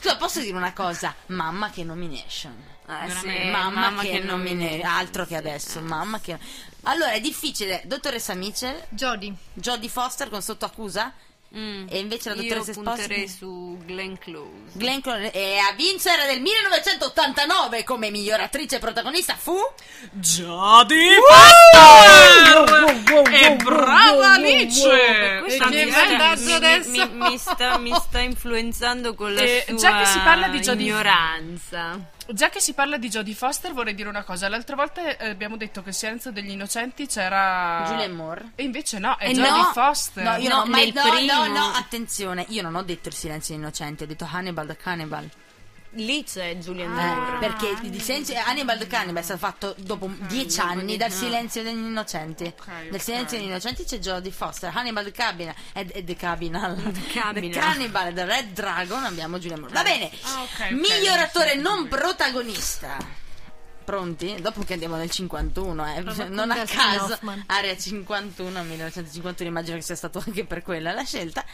[SPEAKER 3] Scusa, posso dire una cosa? Mamma che nomination.
[SPEAKER 2] Ah, sì,
[SPEAKER 1] Veramente.
[SPEAKER 3] Eh, mamma, che, non mi ne... altro che adesso, mamma che Allora è difficile, dottoressa Mitchell,
[SPEAKER 4] Jody.
[SPEAKER 3] Jodie Foster con sotto accusa
[SPEAKER 2] Mm.
[SPEAKER 3] e invece la
[SPEAKER 2] Io
[SPEAKER 3] dottoressa
[SPEAKER 2] punterei
[SPEAKER 3] Esposito
[SPEAKER 2] su Glenn Close.
[SPEAKER 3] Glenn Close e a vincere nel 1989 come miglior attrice protagonista fu
[SPEAKER 1] Jodie Foster! E brava Alice!
[SPEAKER 4] Questo
[SPEAKER 1] Tanti
[SPEAKER 4] mi è
[SPEAKER 1] auguri.
[SPEAKER 4] andato
[SPEAKER 2] mi,
[SPEAKER 4] adesso.
[SPEAKER 2] mi- mi sta, mi sta influenzando con la
[SPEAKER 1] Eh,
[SPEAKER 2] sua
[SPEAKER 1] già che si parla di Jodie-
[SPEAKER 2] ignoranza.
[SPEAKER 1] Già che si parla di Jodie Foster, vorrei dire una cosa. L'altra volta eh, abbiamo detto che Silenzio degli Innocenti c'era.
[SPEAKER 3] Julianne Moore.
[SPEAKER 1] Ah. E invece no, è
[SPEAKER 3] Eh,
[SPEAKER 1] Jodie
[SPEAKER 3] no,
[SPEAKER 1] Foster.
[SPEAKER 3] No, io
[SPEAKER 2] No,
[SPEAKER 3] non ho mai
[SPEAKER 2] nel
[SPEAKER 3] no, no,
[SPEAKER 2] primo.
[SPEAKER 3] no, attenzione, io non ho detto il silenzio innocente, ho detto Hannibal da Cannibal.
[SPEAKER 2] lì c'è Julian
[SPEAKER 3] Eh,
[SPEAKER 1] Ah.
[SPEAKER 2] Moore.
[SPEAKER 3] perché il il silenzio eh, Hannibal the Cannibal è stato fatto dopo dieci anni dal silenzio degli innocenti
[SPEAKER 1] Ok,
[SPEAKER 3] nel silenzio
[SPEAKER 1] ok.
[SPEAKER 3] degli innocenti c'è Jodie Foster Hannibal eh, the Cabina e e The Cabinal The
[SPEAKER 2] Cabinal.
[SPEAKER 3] Cannibal The Red Dragon abbiamo Julia Moore va bene
[SPEAKER 1] Ah, ok, ok.
[SPEAKER 3] miglior attore non protagonista pronti? dopo che andiamo nel 51 eh,
[SPEAKER 4] Proprio
[SPEAKER 3] non a
[SPEAKER 4] Dustin
[SPEAKER 3] caso
[SPEAKER 4] Hoffman.
[SPEAKER 3] Area 51, 1951, immagino che sia stato anche per quella la scelta.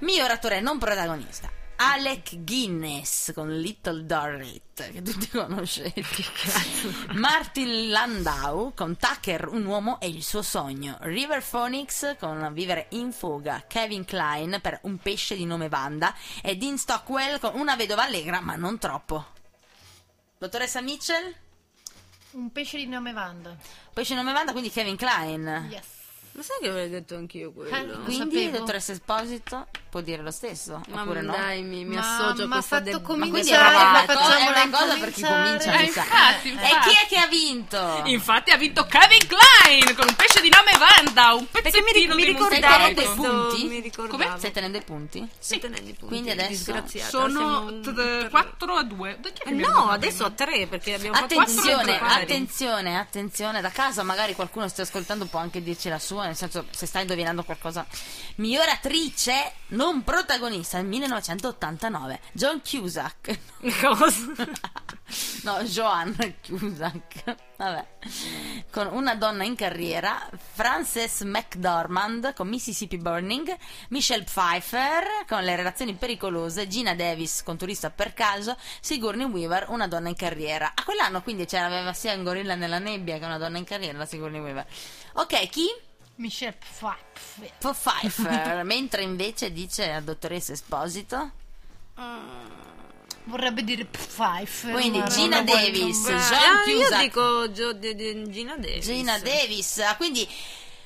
[SPEAKER 3] Miglior attore non protagonista. Alec Guinness con Little Dorrit, che tutti conoscete. Martin Landau con Tucker, un uomo e il suo sogno. River Phoenix con Vivere in fuga. Kevin Klein per Un pesce di nome Vanda. E Dean Stockwell con Una vedova allegra, ma non troppo. Dottoressa Mitchell?
[SPEAKER 4] Un pesce di nome Vanda.
[SPEAKER 3] Pesce di nome Vanda, quindi Kevin Klein.
[SPEAKER 4] Yes.
[SPEAKER 2] Lo sai che avrei detto anch'io quello?
[SPEAKER 1] Eh,
[SPEAKER 4] Lo
[SPEAKER 3] Quindi il
[SPEAKER 4] sapevo.
[SPEAKER 3] dottoressa Esposito può dire lo stesso,
[SPEAKER 2] Ma
[SPEAKER 3] oppure no?
[SPEAKER 2] dai, mi, mi
[SPEAKER 4] Ma-
[SPEAKER 2] associo a
[SPEAKER 4] ma
[SPEAKER 2] questa Eh,
[SPEAKER 4] fatto
[SPEAKER 2] de-
[SPEAKER 4] cominciare,
[SPEAKER 3] Quindi
[SPEAKER 4] Dai,
[SPEAKER 3] è una cosa,
[SPEAKER 4] ma
[SPEAKER 3] è una
[SPEAKER 4] facciamola
[SPEAKER 3] cosa per chi comincia a
[SPEAKER 4] cominciare.
[SPEAKER 1] Eh, infatti,
[SPEAKER 3] E
[SPEAKER 1] infatti.
[SPEAKER 3] chi è che ha vinto?
[SPEAKER 1] Infatti ha vinto Kevin Klein con un pesce di nome Vanda, un
[SPEAKER 2] Perché
[SPEAKER 1] pezzettino
[SPEAKER 2] mi, ri- mi
[SPEAKER 1] di
[SPEAKER 3] Stai
[SPEAKER 1] montagna.
[SPEAKER 2] ricordavo
[SPEAKER 3] tenendo i
[SPEAKER 2] questo,
[SPEAKER 3] punti?
[SPEAKER 2] mi ricordavo.
[SPEAKER 1] Come?
[SPEAKER 3] Stai tenendo i punti?
[SPEAKER 2] Sì. Tenendo i punti,
[SPEAKER 3] Quindi adesso
[SPEAKER 2] disgraziata, siamo
[SPEAKER 1] Sono
[SPEAKER 2] un-
[SPEAKER 1] t-
[SPEAKER 2] per-
[SPEAKER 1] 4 a 2. Dai, chi è che
[SPEAKER 2] Eh
[SPEAKER 1] mi ha
[SPEAKER 2] No,
[SPEAKER 1] detto?
[SPEAKER 2] adesso a tre perché abbiamo fatto
[SPEAKER 3] Attenzione,
[SPEAKER 2] quattro pari.
[SPEAKER 3] attenzione, attenzione, da casa magari qualcuno sta ascoltando può anche dirci la sua, nel senso se sta indovinando qualcosa. Miglior attrice non protagonista, 1989, John Cusack.
[SPEAKER 2] Cosa?
[SPEAKER 3] no, Joan Cusack. Vabbè. Con una donna in carriera, Frances McDormand con Mississippi Burning, Michelle Pfeiffer con Le relazioni pericolose, Gina Davis con Turista per caso, Sigourney Weaver, una donna in carriera. A quell'anno quindi c'era aveva sia un gorilla nella nebbia che una donna in carriera, la Sigourney Weaver. Ok, chi?
[SPEAKER 4] Michelle Pfeiffer.
[SPEAKER 3] Fo- Pfeiffer, mentre invece dice la dottoressa Esposito.
[SPEAKER 4] Vorrebbe dire Pfeiffer.
[SPEAKER 3] Quindi
[SPEAKER 4] ma
[SPEAKER 3] Gina
[SPEAKER 4] non lo vuole
[SPEAKER 3] Davis,
[SPEAKER 4] nombrare.
[SPEAKER 3] John
[SPEAKER 2] Ah,
[SPEAKER 3] Cusack.
[SPEAKER 2] Io dico Gio- de- de- Gina Davis.
[SPEAKER 3] Gina Davis. Ah, Quindi,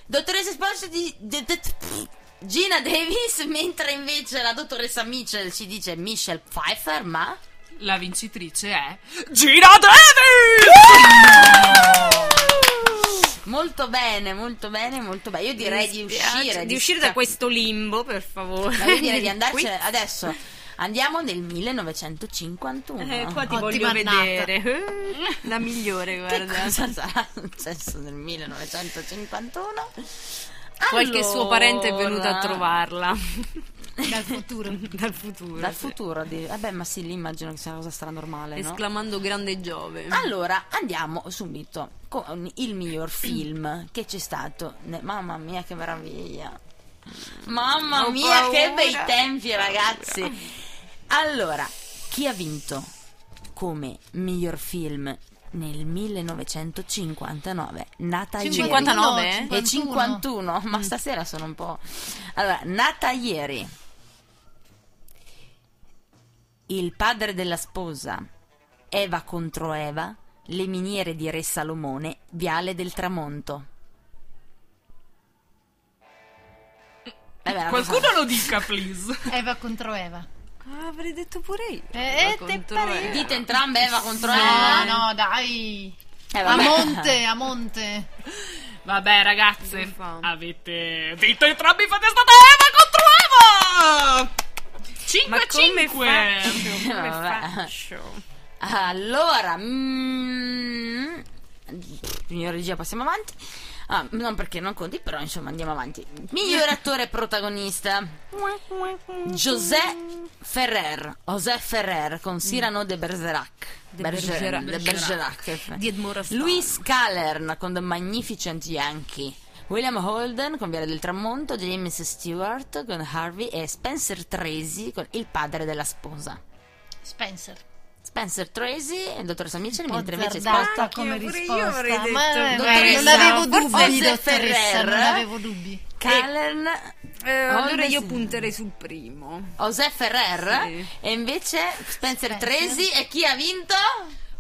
[SPEAKER 3] dottoressa Esposito di. de- de- pff, Gina Davis, mentre invece la dottoressa Mitchell ci dice Michelle Pfeiffer, ma.
[SPEAKER 1] La vincitrice è Gina Davis!
[SPEAKER 3] Molto bene, molto bene, molto bene. Io direi di uscire.
[SPEAKER 2] di uscire da
[SPEAKER 3] scappare.
[SPEAKER 2] questo limbo, per favore.
[SPEAKER 3] Ma Io direi di andarcene
[SPEAKER 2] Qui-
[SPEAKER 3] adesso. Andiamo nel 1951.
[SPEAKER 2] Eh, qua ti
[SPEAKER 4] Ottima
[SPEAKER 2] voglio
[SPEAKER 4] annata.
[SPEAKER 2] vedere. Eh, La migliore,
[SPEAKER 3] Oh, Che
[SPEAKER 2] guarda.
[SPEAKER 3] cosa sarà successo nel 1951?
[SPEAKER 2] Qualche suo parente è venuto a
[SPEAKER 3] Allora,
[SPEAKER 2] trovarla
[SPEAKER 4] Dal futuro.
[SPEAKER 2] dal futuro.
[SPEAKER 3] Dal
[SPEAKER 2] sì.
[SPEAKER 3] futuro, di... vabbè, ma sì, lì immagino che sia una cosa stranormale. No?
[SPEAKER 2] Esclamando grande Giove.
[SPEAKER 3] Allora, andiamo subito con il miglior film che c'è stato. Ne- Mamma mia, che meraviglia! Mamma
[SPEAKER 2] Ho
[SPEAKER 3] mia, che
[SPEAKER 2] paura.
[SPEAKER 3] bei tempi, ragazzi! Allora, chi ha vinto come miglior film nel 1959? Nata ieri.
[SPEAKER 2] 59, eh?
[SPEAKER 3] E 51,
[SPEAKER 4] Mm.
[SPEAKER 3] ma stasera sono un po'. Allora, nata ieri. Il padre della sposa. Eva contro Eva. Le miniere di Re Salomone. Viale del tramonto. Eh beh, la cosa-
[SPEAKER 1] Qualcuno lo dica, please.
[SPEAKER 4] Eva contro Eva.
[SPEAKER 2] Ah, avrei detto pure io.
[SPEAKER 4] Eh, te
[SPEAKER 2] contro
[SPEAKER 4] pare-
[SPEAKER 2] Eva.
[SPEAKER 3] Dite entrambe Eva contro
[SPEAKER 4] No,
[SPEAKER 3] Eva.
[SPEAKER 4] no, dai.
[SPEAKER 3] Eh,
[SPEAKER 4] A
[SPEAKER 3] vabbè.
[SPEAKER 4] monte, a monte.
[SPEAKER 1] Vabbè,
[SPEAKER 2] Come
[SPEAKER 1] ragazze,
[SPEAKER 2] fa?
[SPEAKER 1] avete vinto entrambi. Fate stata Eva contro
[SPEAKER 2] Ma
[SPEAKER 1] Eva!
[SPEAKER 2] come
[SPEAKER 1] 5 a 5.
[SPEAKER 2] faccio? Come
[SPEAKER 3] Vabbè.
[SPEAKER 2] faccio?
[SPEAKER 3] Allora, mm, signor regia, passiamo avanti. Ah, non perché non conti, però insomma andiamo avanti. Miglior attore protagonista. José Ferrer, José Ferrer con Cyrano de Bergerac.
[SPEAKER 2] Mm. De
[SPEAKER 3] Berger-
[SPEAKER 2] Bergerac.
[SPEAKER 3] de Bergerac. eh.
[SPEAKER 2] Di Edmora Stone.
[SPEAKER 3] Louis Callern con The Magnificent Yankee. William Holden con Viale del Tramonto, James Stewart con Harvey e Spencer Tracy con Il padre della sposa.
[SPEAKER 4] Spencer.
[SPEAKER 3] Spencer Tracy e il dottoressa Mitchell, mentre invece
[SPEAKER 4] Azzardata
[SPEAKER 3] esposta
[SPEAKER 4] come
[SPEAKER 2] Ah, pure io
[SPEAKER 4] risposta.
[SPEAKER 2] avrei detto,
[SPEAKER 4] Ma eh,
[SPEAKER 2] dottoressa,
[SPEAKER 4] non avevo
[SPEAKER 3] forse
[SPEAKER 4] dubbi,
[SPEAKER 3] Ferrer.
[SPEAKER 4] dottoressa, non avevo dubbi.
[SPEAKER 3] Callen,
[SPEAKER 2] Eh, allora
[SPEAKER 3] Holden-
[SPEAKER 2] io punterei sul primo.
[SPEAKER 3] José Ferrer
[SPEAKER 2] Sì.
[SPEAKER 3] e invece Spencer Tracy e chi ha vinto?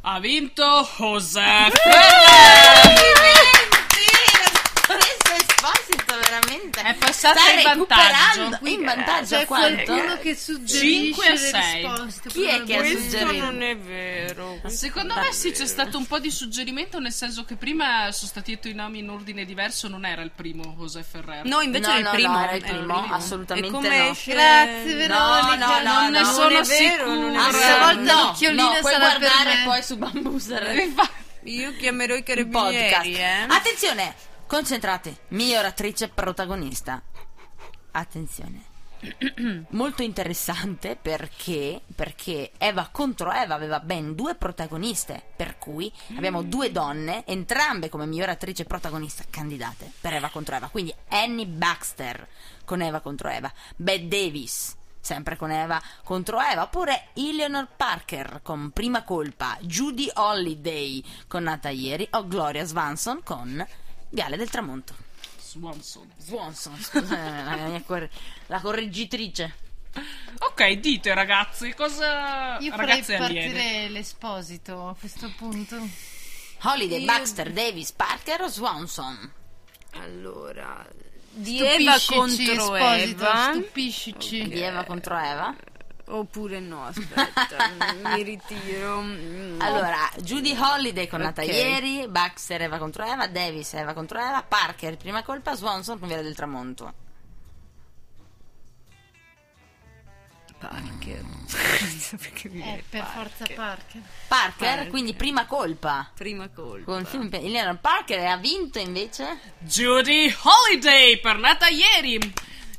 [SPEAKER 1] Ha vinto José
[SPEAKER 3] Complimenti! Dottoressa Esposito, veramente
[SPEAKER 1] È passato
[SPEAKER 3] Stai
[SPEAKER 1] in vantaggio.
[SPEAKER 3] recuperando. eh, In
[SPEAKER 2] Guarda,
[SPEAKER 3] vantaggio a
[SPEAKER 4] C'è
[SPEAKER 3] quanto?
[SPEAKER 4] qualcuno
[SPEAKER 1] Cinque
[SPEAKER 4] che suggerisce
[SPEAKER 1] a
[SPEAKER 4] le
[SPEAKER 1] sei.
[SPEAKER 4] risposte.
[SPEAKER 3] Chi è che ha
[SPEAKER 4] Quello-
[SPEAKER 3] suggerito?
[SPEAKER 2] Questo
[SPEAKER 3] suggerire.
[SPEAKER 2] non è vero. questo
[SPEAKER 1] Secondo
[SPEAKER 2] non è
[SPEAKER 1] me sì, c'è
[SPEAKER 2] vero.
[SPEAKER 1] stato un po' di suggerimento, nel senso che prima sono stati detto i nomi in ordine diverso, non era il primo José Ferrer.
[SPEAKER 2] No, invece
[SPEAKER 3] No,
[SPEAKER 2] era il
[SPEAKER 3] no,
[SPEAKER 2] primo.
[SPEAKER 3] no, era il
[SPEAKER 2] Era
[SPEAKER 3] primo, assolutamente
[SPEAKER 2] E come
[SPEAKER 3] no.
[SPEAKER 2] esce-
[SPEAKER 4] Grazie,
[SPEAKER 2] No,
[SPEAKER 3] no,
[SPEAKER 4] Veronica.
[SPEAKER 3] no,
[SPEAKER 4] non
[SPEAKER 3] no.
[SPEAKER 4] ne
[SPEAKER 2] non
[SPEAKER 4] sono
[SPEAKER 2] è vero,
[SPEAKER 4] sicura.
[SPEAKER 2] non è
[SPEAKER 4] Questa
[SPEAKER 2] vero.
[SPEAKER 4] volta
[SPEAKER 3] no,
[SPEAKER 4] l'occhiolina
[SPEAKER 3] no, puoi
[SPEAKER 4] sarà per
[SPEAKER 3] guardare
[SPEAKER 4] me.
[SPEAKER 3] poi su
[SPEAKER 1] Eh,
[SPEAKER 3] Bambuser
[SPEAKER 2] Io chiamerò i
[SPEAKER 3] il podcast. Ah.
[SPEAKER 2] carabinieri, eh.
[SPEAKER 3] Attenzione, concentrate, miglior attrice protagonista. Attenzione. Molto interessante perché, perché Eva contro Eva aveva ben due protagoniste, per cui abbiamo due donne, entrambe come miglior attrice protagonista candidate per Eva contro Eva. Quindi Annie Baxter con Eva contro Eva, Bette Davis sempre con Eva contro Eva, oppure Eleanor Parker con Prima Colpa, Judy Holliday con Nata Ieri o Gloria Swanson con Viale del Tramonto.
[SPEAKER 1] Swanson.
[SPEAKER 3] Swanson, scusa, la, mia corre- la correggitrice.
[SPEAKER 1] Ok, dite ragazzi, cosa...
[SPEAKER 4] Io farei
[SPEAKER 1] ragazzi alieni.
[SPEAKER 4] partire l'esposito a questo punto.
[SPEAKER 3] Holiday, Baxter, Davis, Parker o Swanson?
[SPEAKER 2] Allora, di Eva
[SPEAKER 4] Stupiscici,
[SPEAKER 2] contro
[SPEAKER 4] esposito,
[SPEAKER 2] Eva.
[SPEAKER 4] stupiscici.
[SPEAKER 3] Di Eva contro Eva?
[SPEAKER 2] Oppure no, aspetta, mi ritiro. Mm.
[SPEAKER 3] Allora, Judy Holiday con Nata
[SPEAKER 2] Ok.
[SPEAKER 3] Ieri, Baxter, Eva contro Eva, Davis, Eva contro Eva, Parker, Prima Colpa, Swanson con Viale del Tramonto.
[SPEAKER 2] Parker. Perché mi
[SPEAKER 4] Eh,
[SPEAKER 2] viene
[SPEAKER 4] per
[SPEAKER 2] Parker.
[SPEAKER 4] forza Parker.
[SPEAKER 3] Parker,
[SPEAKER 2] Parker.
[SPEAKER 3] quindi Prima Colpa.
[SPEAKER 2] Prima colpa.
[SPEAKER 3] Con Eleanor Parker e ha vinto invece?
[SPEAKER 1] Judy Holiday, parlata ieri.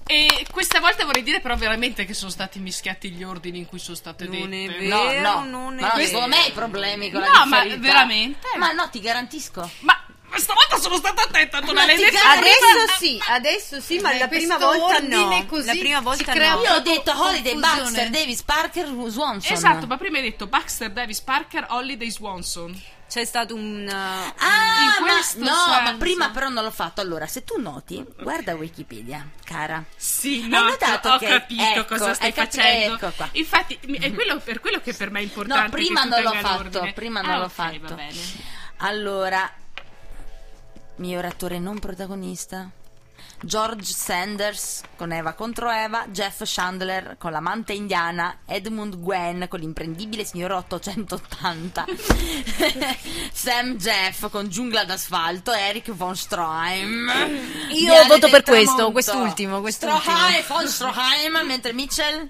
[SPEAKER 1] E questa volta vorrei dire però veramente che sono stati mischiati gli ordini in cui sono state
[SPEAKER 2] Non è
[SPEAKER 1] dette.
[SPEAKER 2] vero.
[SPEAKER 3] No, Oh, no,
[SPEAKER 2] non è
[SPEAKER 3] ma no,
[SPEAKER 2] vero.
[SPEAKER 3] secondo me hai problemi con la
[SPEAKER 1] No, ma
[SPEAKER 3] differenza.
[SPEAKER 1] veramente?
[SPEAKER 3] Ma no, ti garantisco.
[SPEAKER 1] Ma ma stavolta sono stata attenta, tu l'hai
[SPEAKER 3] ti
[SPEAKER 1] detto
[SPEAKER 3] cazzo-
[SPEAKER 2] Adesso sì, adesso sì, ma
[SPEAKER 4] Beh,
[SPEAKER 2] la prima
[SPEAKER 4] questo
[SPEAKER 2] volta
[SPEAKER 4] ordine
[SPEAKER 2] no.
[SPEAKER 4] così
[SPEAKER 2] la prima
[SPEAKER 4] si
[SPEAKER 2] volta
[SPEAKER 4] crea
[SPEAKER 3] Io
[SPEAKER 2] no.
[SPEAKER 3] ho
[SPEAKER 4] proprio
[SPEAKER 3] detto Holiday,
[SPEAKER 4] confusione.
[SPEAKER 3] Baxter, Davis, Parker, Swanson.
[SPEAKER 1] Esatto, ma prima hai detto Baxter, Davis, Parker, Holiday, Swanson.
[SPEAKER 2] C'è stato un uh,
[SPEAKER 3] Ah,
[SPEAKER 1] In
[SPEAKER 3] ma-
[SPEAKER 1] questo
[SPEAKER 3] no, ma
[SPEAKER 1] senso.
[SPEAKER 3] prima però non l'ho fatto. Allora, se tu noti, guarda Wikipedia, cara.
[SPEAKER 1] Sì,
[SPEAKER 3] Hai
[SPEAKER 1] no,
[SPEAKER 3] notato
[SPEAKER 1] ho
[SPEAKER 3] che-
[SPEAKER 1] capito
[SPEAKER 3] ecco,
[SPEAKER 1] cosa stai
[SPEAKER 3] hai capi-
[SPEAKER 1] facendo.
[SPEAKER 3] ecco qua.
[SPEAKER 1] Infatti, mi- è quello- per quello che per me è importante.
[SPEAKER 3] No, prima
[SPEAKER 1] che tu
[SPEAKER 3] non l'ho
[SPEAKER 1] tenga
[SPEAKER 3] fatto,
[SPEAKER 1] l'ordine.
[SPEAKER 3] prima non
[SPEAKER 1] Ah,
[SPEAKER 3] l'ho
[SPEAKER 1] ok,
[SPEAKER 3] fatto.
[SPEAKER 1] Va bene.
[SPEAKER 3] Allora, miglior attore non protagonista. George Sanders con Eva contro Eva, Jeff Chandler con l'amante indiana, Edmund Gwen con l'imprendibile signor 880, Sam Jeff con giungla d'asfalto, Eric von Stroheim.
[SPEAKER 2] Io
[SPEAKER 3] Viale
[SPEAKER 2] voto
[SPEAKER 3] del
[SPEAKER 2] per questo,
[SPEAKER 3] tramonto.
[SPEAKER 2] quest'ultimo, quest'ultimo.
[SPEAKER 3] Stroheim, von Stroheim, mentre Mitchell,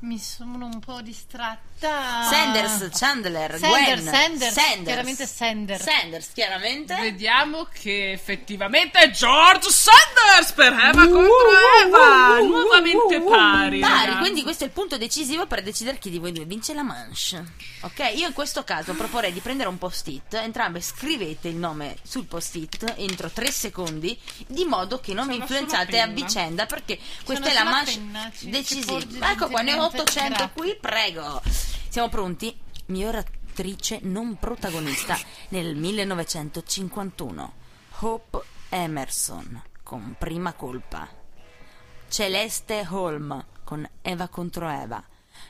[SPEAKER 4] Mi sono un po' distratta.
[SPEAKER 3] Sanders, Chandler,
[SPEAKER 4] Sanders,
[SPEAKER 3] Gwen,
[SPEAKER 4] Sanders,
[SPEAKER 3] Sanders.
[SPEAKER 4] chiaramente Sanders.
[SPEAKER 3] Sanders, chiaramente.
[SPEAKER 1] Vediamo che effettivamente è George Sanders per Eva contro Eva, nuovamente pari.
[SPEAKER 3] Pari,
[SPEAKER 1] ragazzi.
[SPEAKER 3] quindi questo è il punto decisivo per decidere chi di voi due vince la manche. Ok, io in questo caso proporrei di prendere un post-it, entrambe scrivete il nome sul post-it entro 3 secondi, di modo che non vi
[SPEAKER 1] una sola
[SPEAKER 3] influenzate a
[SPEAKER 1] penna.
[SPEAKER 3] vicenda, perché questa
[SPEAKER 4] una
[SPEAKER 3] è la
[SPEAKER 4] sola
[SPEAKER 3] manche
[SPEAKER 4] penna, ci- ci porgi
[SPEAKER 3] decisiva. Ecco qua, ne ho
[SPEAKER 4] gentilmente,
[SPEAKER 3] 800
[SPEAKER 4] grazie.
[SPEAKER 3] qui, prego. Siamo pronti? Miglior attrice non protagonista nel 1951, Hope Emerson, con prima colpa. Celeste Holm con Eva contro Eva,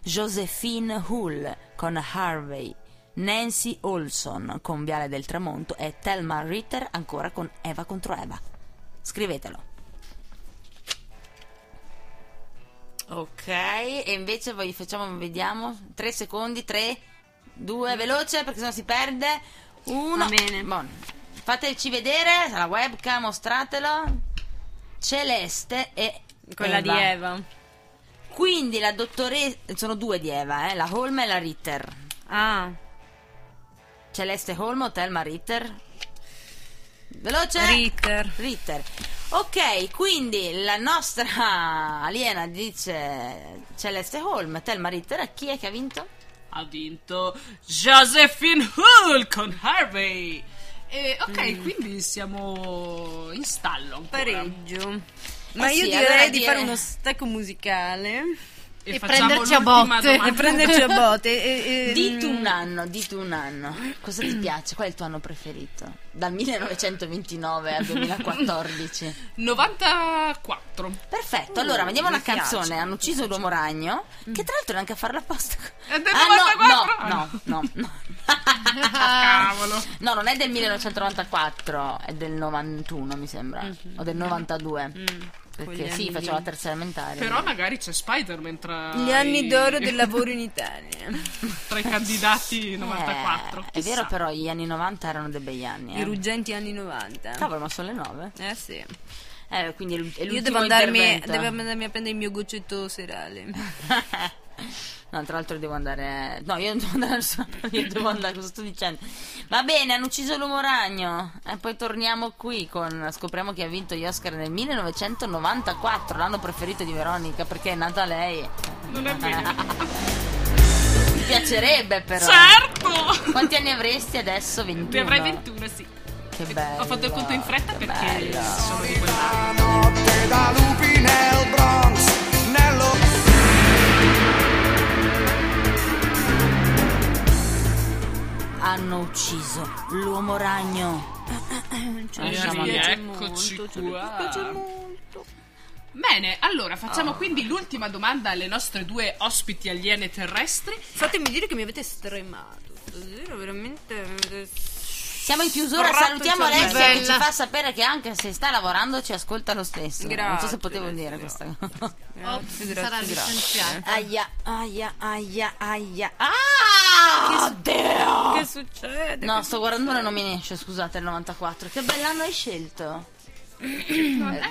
[SPEAKER 3] Josephine Hull con Harvey, Nancy Olson con Viale del Tramonto e Thelma Ritter ancora con Eva contro Eva. Scrivetelo. Ok, e invece voi facciamo, vediamo, 3 secondi, 3, 2, veloce perché sennò si perde, 1.
[SPEAKER 2] Va bene.
[SPEAKER 3] Fateci vedere, la webcam, mostratelo. Celeste e
[SPEAKER 2] quella di Eva.
[SPEAKER 3] Quindi la dottoressa. Sono due di Eva, eh? la Holm e la Ritter.
[SPEAKER 2] Ah,
[SPEAKER 3] Celeste Holm o Thelma Ritter? Veloce!
[SPEAKER 2] Ritter.
[SPEAKER 3] Ritter. Ok, quindi la nostra aliena dice Celeste Holm, Thelma Ritter. Chi è che ha vinto?
[SPEAKER 1] Ha vinto Josephine Hull con Harvey. E, ok, quindi siamo in stallo. ancora.
[SPEAKER 2] Pareggio. Ma
[SPEAKER 3] Eh
[SPEAKER 2] io
[SPEAKER 3] sì,
[SPEAKER 2] direi
[SPEAKER 3] allora
[SPEAKER 2] di
[SPEAKER 3] dire-
[SPEAKER 2] fare uno stacco musicale.
[SPEAKER 4] E
[SPEAKER 1] facciamo
[SPEAKER 4] prenderci a
[SPEAKER 1] l'ultima
[SPEAKER 4] botte.
[SPEAKER 1] domanda.
[SPEAKER 4] E
[SPEAKER 2] Prenderci a botte. e- ehm, e-
[SPEAKER 3] Diti
[SPEAKER 2] Mm.
[SPEAKER 3] un anno, diti un anno. Cosa ti piace? Qual è il tuo anno preferito? Dal 1929 al 2014.
[SPEAKER 1] 94.
[SPEAKER 2] Mm,
[SPEAKER 3] Perfetto, allora mandiamo una canzone. Hanno ucciso l'uomo ragno, che tra l'altro neanche a farla apposta.
[SPEAKER 1] È del
[SPEAKER 3] Ah,
[SPEAKER 1] 94?
[SPEAKER 3] no, no, no, no.
[SPEAKER 1] Cavolo.
[SPEAKER 3] No, non è del 1994, è del 91 mi sembra,
[SPEAKER 2] Mhm,
[SPEAKER 3] o del 92. Mm. Perché
[SPEAKER 2] quegli
[SPEAKER 3] sì,
[SPEAKER 2] Mm, anni
[SPEAKER 3] facevo
[SPEAKER 2] lì.
[SPEAKER 3] la terza elementare. Eh,
[SPEAKER 1] Però magari c'è Spider-Man tra
[SPEAKER 2] Gli anni
[SPEAKER 1] i-
[SPEAKER 2] d'oro del lavoro in Italia.
[SPEAKER 1] tra i candidati
[SPEAKER 3] Eh,
[SPEAKER 1] 94.
[SPEAKER 3] è
[SPEAKER 1] chissà.
[SPEAKER 3] vero però, gli anni 90 erano dei begli anni.
[SPEAKER 2] I
[SPEAKER 3] Eh.
[SPEAKER 2] ruggenti anni 90.
[SPEAKER 3] Cavolo, ma sono le 9.
[SPEAKER 2] Eh sì.
[SPEAKER 3] Eh, quindi è l'u- è l'ultimo
[SPEAKER 2] Io devo andarmi,
[SPEAKER 3] intervento. Eh,
[SPEAKER 2] devo andarmi a prendere il mio goccetto serale.
[SPEAKER 3] No, tra l'altro devo andare. No, io non devo andare. su- Io devo andare. Cosa sto dicendo? Va bene, hanno ucciso l'uomo ragno. E poi torniamo qui con. Scopriamo chi ha vinto gli Oscar nel 1994, l'anno preferito di Veronica, perché è nata lei.
[SPEAKER 1] Non è vero.
[SPEAKER 3] Mi piacerebbe, però.
[SPEAKER 1] Certo!
[SPEAKER 3] Quanti anni avresti adesso? 21.
[SPEAKER 1] Ne avrai 21, sì.
[SPEAKER 3] Che bello.
[SPEAKER 1] Ho fatto il conto in fretta
[SPEAKER 3] che
[SPEAKER 1] perché
[SPEAKER 3] bello.
[SPEAKER 1] sono di quell'anno.
[SPEAKER 6] notte da lupi nel Bronx, nello
[SPEAKER 3] Hanno ucciso l'uomo ragno.
[SPEAKER 2] Cioè,
[SPEAKER 3] Lasciamo
[SPEAKER 1] Sì,
[SPEAKER 3] andare.
[SPEAKER 1] eccoci qua. Bene, allora facciamo quindi l'ultima domanda alle nostre due ospiti aliene terrestri.
[SPEAKER 2] Fatemi dire che mi avete stremato. Davvero, veramente. eh,
[SPEAKER 3] Siamo in chiusura,
[SPEAKER 2] Strappo
[SPEAKER 3] salutiamo
[SPEAKER 2] il
[SPEAKER 3] Alessia
[SPEAKER 4] cervello.
[SPEAKER 3] che ci fa sapere che anche se sta lavorando ci ascolta lo stesso. non so se
[SPEAKER 2] Grazie,
[SPEAKER 3] potevo dire
[SPEAKER 2] Alessia.
[SPEAKER 3] questa cosa.
[SPEAKER 2] Grazie,
[SPEAKER 4] sarà
[SPEAKER 2] grazie, grazie.
[SPEAKER 4] licenziato.
[SPEAKER 3] Aia, aia, aia, aia. Ah! Oddio!
[SPEAKER 2] Che succede?
[SPEAKER 3] No, sto guardando la nomination, scusate, il 94. Che bell'anno hai scelto.
[SPEAKER 1] Eh,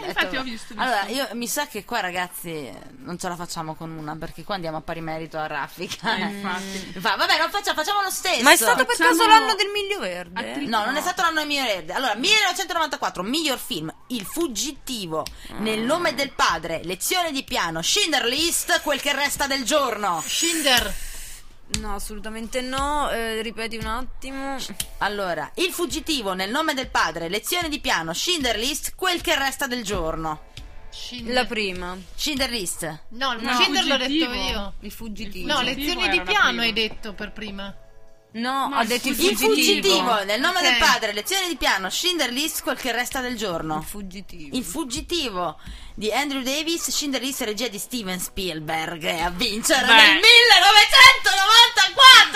[SPEAKER 1] infatti ho visto.
[SPEAKER 3] Allora, io mi sa che qua ragazzi non ce la facciamo con una perché qua andiamo a pari merito a Raffica.
[SPEAKER 1] Eh, infatti.
[SPEAKER 3] Va, vabbè, non facciamo, facciamo lo stesso.
[SPEAKER 2] Ma è stato per caso
[SPEAKER 1] Facciamo-
[SPEAKER 2] l'anno del miglio verde?
[SPEAKER 1] Attri-
[SPEAKER 3] Eh, No, non è stato l'anno del miglior erede. Allora, 1994, miglior film, Il fuggitivo, Nel nome del padre, Lezione di piano, Schindler List, quel che resta del giorno.
[SPEAKER 4] Schinder.
[SPEAKER 2] No, assolutamente no. eh, ripeti un attimo.
[SPEAKER 3] Allora, Il fuggitivo, Nel nome del padre, Lezione di piano, Schindler List, quel che resta del giorno.
[SPEAKER 4] Schinder.
[SPEAKER 2] La prima.
[SPEAKER 3] Schindler List.
[SPEAKER 4] No, il Schinder l'ho detto
[SPEAKER 1] fuggitivo.
[SPEAKER 4] io.
[SPEAKER 2] Il fuggitivo.
[SPEAKER 4] No,
[SPEAKER 1] fuggitivo
[SPEAKER 4] lezioni
[SPEAKER 1] era
[SPEAKER 4] di
[SPEAKER 1] la
[SPEAKER 4] piano
[SPEAKER 1] prima.
[SPEAKER 4] hai detto per prima.
[SPEAKER 2] No,
[SPEAKER 1] Ma
[SPEAKER 2] ha detto il
[SPEAKER 3] Il
[SPEAKER 2] fuggitivo.
[SPEAKER 3] fuggitivo, Nel nome
[SPEAKER 4] Ok.
[SPEAKER 3] del padre, Lezione di piano, Schindler List, quel che resta del giorno.
[SPEAKER 2] Il fuggitivo.
[SPEAKER 3] Il fuggitivo di Andrew Davis, Schindler List, regia di Steven Spielberg, e a vincere
[SPEAKER 1] Beh. Oh,
[SPEAKER 3] nel 1994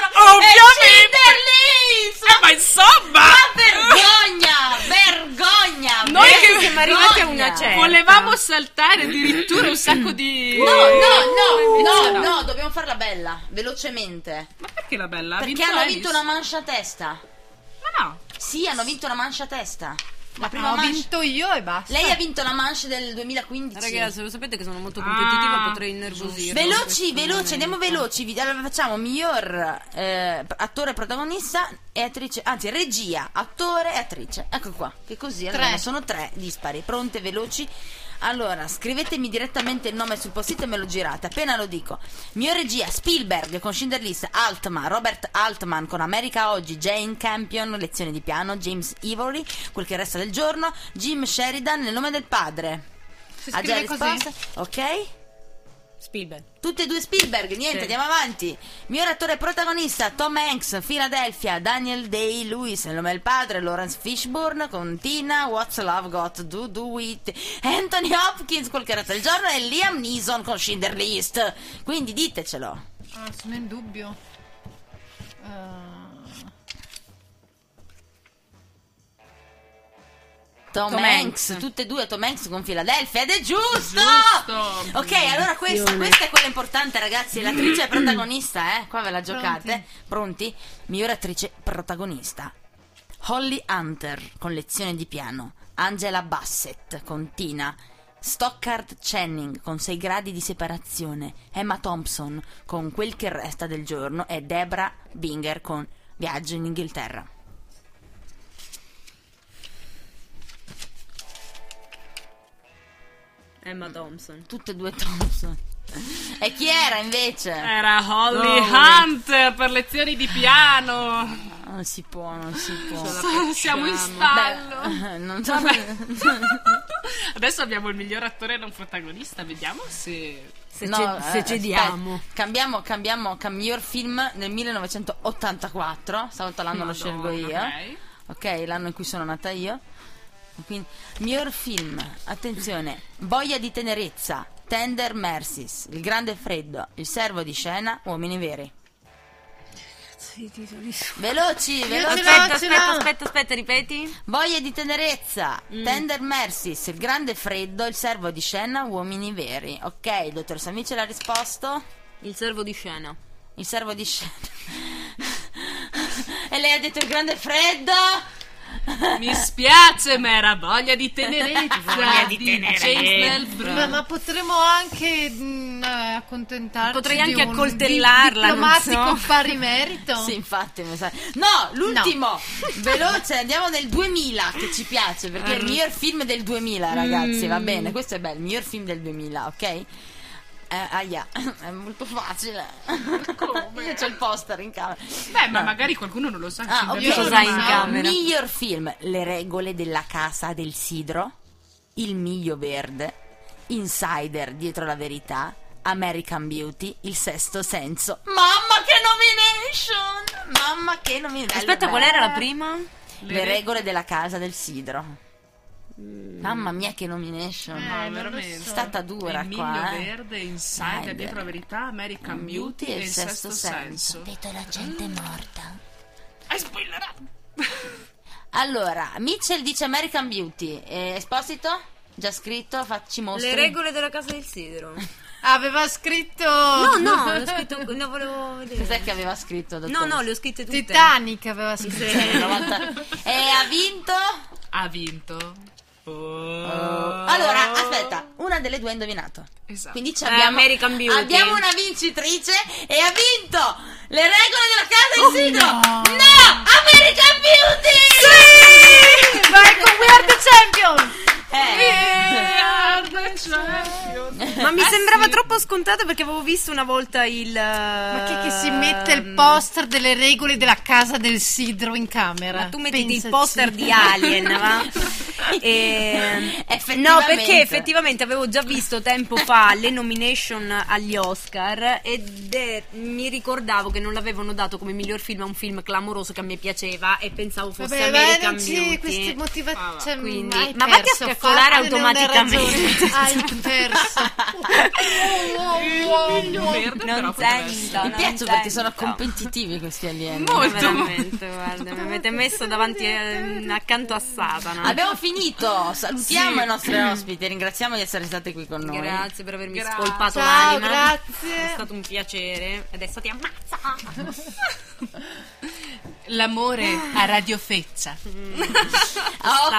[SPEAKER 1] Eh, Ovviamente.
[SPEAKER 3] è Schindler List!
[SPEAKER 1] Eh, ma insomma!
[SPEAKER 3] Ma vergogna! Eh, Vergogna!
[SPEAKER 1] Noi che
[SPEAKER 3] vergogna!
[SPEAKER 1] siamo
[SPEAKER 2] arrivati a una certa.
[SPEAKER 1] Volevamo saltare addirittura un sacco di.
[SPEAKER 3] No, no, no,
[SPEAKER 1] Invece
[SPEAKER 3] no, no, dobbiamo farla bella, velocemente.
[SPEAKER 1] Ma perché la bella? Ha
[SPEAKER 3] Perché
[SPEAKER 1] vinto
[SPEAKER 3] hanno
[SPEAKER 1] Alice?
[SPEAKER 3] vinto una mancia a testa.
[SPEAKER 1] Ma no.
[SPEAKER 3] Sì, hanno vinto una mancia a testa. La prima
[SPEAKER 4] Ah, ho
[SPEAKER 3] mancia.
[SPEAKER 4] vinto io e basta.
[SPEAKER 3] Lei ha vinto la mancia del 2015.
[SPEAKER 2] Ragazzi, lo sapete che sono molto competitiva,
[SPEAKER 1] Ah,
[SPEAKER 2] potrei innervosirmi.
[SPEAKER 3] Veloci, veloci, andiamo veloci. Vi- Allora facciamo miglior eh, attore protagonista e attrice, anzi regia, attore e attrice. Ecco qua, che così allora
[SPEAKER 4] Tre.
[SPEAKER 3] sono tre dispari. Pronte, veloci. Allora, scrivetemi direttamente il nome sul post-it e me lo girate, appena lo dico. Mio regia Spielberg con Schindler List, Altman, Robert Altman con America Oggi, Jane Campion, Lezione di piano, James Ivory, quel che resta del giorno, Jim Sheridan, nel nome del padre.
[SPEAKER 4] Si
[SPEAKER 3] Ha già
[SPEAKER 4] scrive così.
[SPEAKER 3] risposto? Ok?
[SPEAKER 2] Spielberg.
[SPEAKER 3] Tutte e due Spielberg, niente,
[SPEAKER 2] Sì.
[SPEAKER 3] andiamo avanti. Miglior attore protagonista, Tom Hanks, Philadelphia, Daniel Day, Lewis, il nome del padre, Lawrence Fishburne, con Tina, What's Love Got to Do It, Anthony Hopkins, quel che era del giorno, e Liam Neeson con Schindler List. Quindi ditecelo.
[SPEAKER 4] Ah, sono in dubbio. Eh,
[SPEAKER 3] Tom,
[SPEAKER 2] Tom
[SPEAKER 3] Hanks,
[SPEAKER 2] Hanks.
[SPEAKER 3] tutte e due Tom Hanks con Philadelphia ed è giusto!
[SPEAKER 1] Giusto.
[SPEAKER 3] Ok, allora questa, questa è quella importante ragazzi, l'attrice è protagonista, eh? qua ve la giocate. Pronti? Miglior attrice protagonista. Holly Hunter con lezione di piano, Angela Bassett con Tina, Stockard Channing con 6 gradi di separazione, Emma Thompson con Quel che resta del giorno e Debra Binger con Viaggio in Inghilterra.
[SPEAKER 2] Emma Thompson.
[SPEAKER 3] Tutte e due Thompson. E
[SPEAKER 1] Eh.
[SPEAKER 3] chi era invece?
[SPEAKER 1] Era Holly Hunt per lezioni di piano.
[SPEAKER 3] Ah, Non si può, non si può.
[SPEAKER 1] Siamo in stallo.
[SPEAKER 3] Beh, non so.
[SPEAKER 1] Adesso abbiamo il miglior attore non protagonista, vediamo se...
[SPEAKER 2] Se,
[SPEAKER 3] No,
[SPEAKER 2] ce- se
[SPEAKER 3] eh,
[SPEAKER 2] cediamo.
[SPEAKER 3] aspetta. Cambiamo, cambiamo, cam- miglior film nel 1984. Stavolta l'anno lo scelgo io.
[SPEAKER 1] ok.
[SPEAKER 3] ok, l'anno in cui sono nata io. Quindi, miglior film, attenzione, Voglia di tenerezza, Tender Mercies, Il grande freddo, Il servo di scena, Uomini veri. Veloci, veloci.
[SPEAKER 2] Aspetta,
[SPEAKER 4] ce
[SPEAKER 2] aspetta,
[SPEAKER 4] l'ho.
[SPEAKER 2] aspetta, aspetta, ripeti.
[SPEAKER 3] Voglia di tenerezza, Tender Mercies, Il grande freddo, Il servo di scena, Uomini veri. Ok, il dottor Samice l'ha risposto.
[SPEAKER 2] Il servo di scena.
[SPEAKER 3] Il servo di scena. e lei ha detto il grande freddo.
[SPEAKER 1] Mi spiace, ma era voglia di tenerezza. voglia di, James Mel Brooks.
[SPEAKER 4] Ma, ma potremmo anche mh, eh, accontentarci
[SPEAKER 2] Potrei
[SPEAKER 4] di
[SPEAKER 2] anche
[SPEAKER 4] un
[SPEAKER 2] accoltellarla,
[SPEAKER 4] di-
[SPEAKER 2] non so.
[SPEAKER 4] diplomatico pari merito.
[SPEAKER 3] Sì, infatti, mi sa- No, l'ultimo. Veloce, andiamo nel 2000 che ci piace, perché è il miglior film del 2000, ragazzi, va bene. Questo è bello, il miglior film del 2000, ok? Eh, aia, è molto facile. Io ho il poster in camera.
[SPEAKER 1] Beh, ma magari qualcuno non lo sa.
[SPEAKER 3] Ah, ok.
[SPEAKER 1] Io
[SPEAKER 2] lo sai in
[SPEAKER 3] Ma-
[SPEAKER 1] Eh,
[SPEAKER 2] camera.
[SPEAKER 3] Miglior film: Le regole della casa del sidro, Il miglio verde, Insider dietro la verità, American Beauty, Il sesto senso. Mamma che nomination! Mamma che nomination!
[SPEAKER 2] Aspetta, qual era la prima?
[SPEAKER 3] Le regole della casa del sidro. Mamma mia che nomination!
[SPEAKER 4] Eh, non lo
[SPEAKER 1] veramente.
[SPEAKER 3] È
[SPEAKER 4] so.
[SPEAKER 3] stata dura
[SPEAKER 1] Emilio
[SPEAKER 3] qua. eh.
[SPEAKER 1] Verde, Insider, Dietro la verità, American Beauty e il sesto senso.
[SPEAKER 3] Vedo la gente morta.
[SPEAKER 1] Hai spoilerato.
[SPEAKER 3] Allora, Mitchell dice American Beauty. Eh, Esposito? Già scritto? Facci mostri.
[SPEAKER 2] Le regole della casa del sidro.
[SPEAKER 4] Aveva scritto
[SPEAKER 2] No, no, l'ho scritto, no, volevo vedere.
[SPEAKER 3] Cos'è che aveva scritto?
[SPEAKER 2] No,
[SPEAKER 3] dottoressa?
[SPEAKER 2] no, le ho scritte tutte.
[SPEAKER 4] Titanic aveva scritto. Cioè,
[SPEAKER 3] Una volta- E ha vinto?
[SPEAKER 1] Ha vinto. Oh.
[SPEAKER 3] Allora, aspetta, una delle due ha indovinato.
[SPEAKER 1] Esatto.
[SPEAKER 3] Quindi ci
[SPEAKER 2] Eh,
[SPEAKER 3] abbiamo,
[SPEAKER 2] American Beauty.
[SPEAKER 3] abbiamo una vincitrice e ha vinto le regole della
[SPEAKER 2] Oh,
[SPEAKER 3] casa del sidro. No! American Beauty! Sì!
[SPEAKER 4] Vai con We Are the Champion!
[SPEAKER 3] Eh. Cioè,
[SPEAKER 2] Eh.
[SPEAKER 1] cioè,
[SPEAKER 2] Ma
[SPEAKER 4] Ah,
[SPEAKER 2] mi sembrava troppo scontata perché avevo visto una volta il. ehm,
[SPEAKER 4] Ma
[SPEAKER 2] Ma
[SPEAKER 4] che, che si mette il poster delle regole della casa del sidro in camera?
[SPEAKER 2] Ma tu mettiti
[SPEAKER 4] Pensaci.
[SPEAKER 2] il poster di Alien, va? E- No,
[SPEAKER 3] Effettivamente.
[SPEAKER 2] perché effettivamente avevo già visto tempo fa le nomination agli Oscar ed è- mi ricordavo che non l'avevano dato come miglior film a un film clamoroso che a me piaceva e pensavo fosse
[SPEAKER 4] Vabbè, vai,
[SPEAKER 2] American
[SPEAKER 4] non ci,
[SPEAKER 2] Beauty.
[SPEAKER 4] questi motivazioni. Cioè,
[SPEAKER 2] Quindi-
[SPEAKER 4] hai
[SPEAKER 2] ma vatti a
[SPEAKER 4] perso,
[SPEAKER 2] scaccolare
[SPEAKER 4] fatene una
[SPEAKER 2] automaticamente.
[SPEAKER 4] ragione. Hai perso.
[SPEAKER 1] Verde però
[SPEAKER 2] Non
[SPEAKER 1] potrebbe
[SPEAKER 2] sento,
[SPEAKER 3] Mi
[SPEAKER 2] non
[SPEAKER 3] piacciono perché
[SPEAKER 2] sento.
[SPEAKER 3] sono competitivi questi alieni.
[SPEAKER 1] Molto.
[SPEAKER 2] Veramente, guarda, mi avete messo davanti a- accanto a Satana.
[SPEAKER 3] Abbiamo finito, salutiamo i nostri ospiti, ringraziamo di essere stati qui con noi.
[SPEAKER 2] Grazie per avermi
[SPEAKER 1] Grazie.
[SPEAKER 2] scolpato
[SPEAKER 4] Ciao,
[SPEAKER 2] l'anima. È
[SPEAKER 4] grazie.
[SPEAKER 2] stato un piacere. Adesso ti ammazza.
[SPEAKER 1] L'amore a radiofeccia.
[SPEAKER 3] Ah, ok,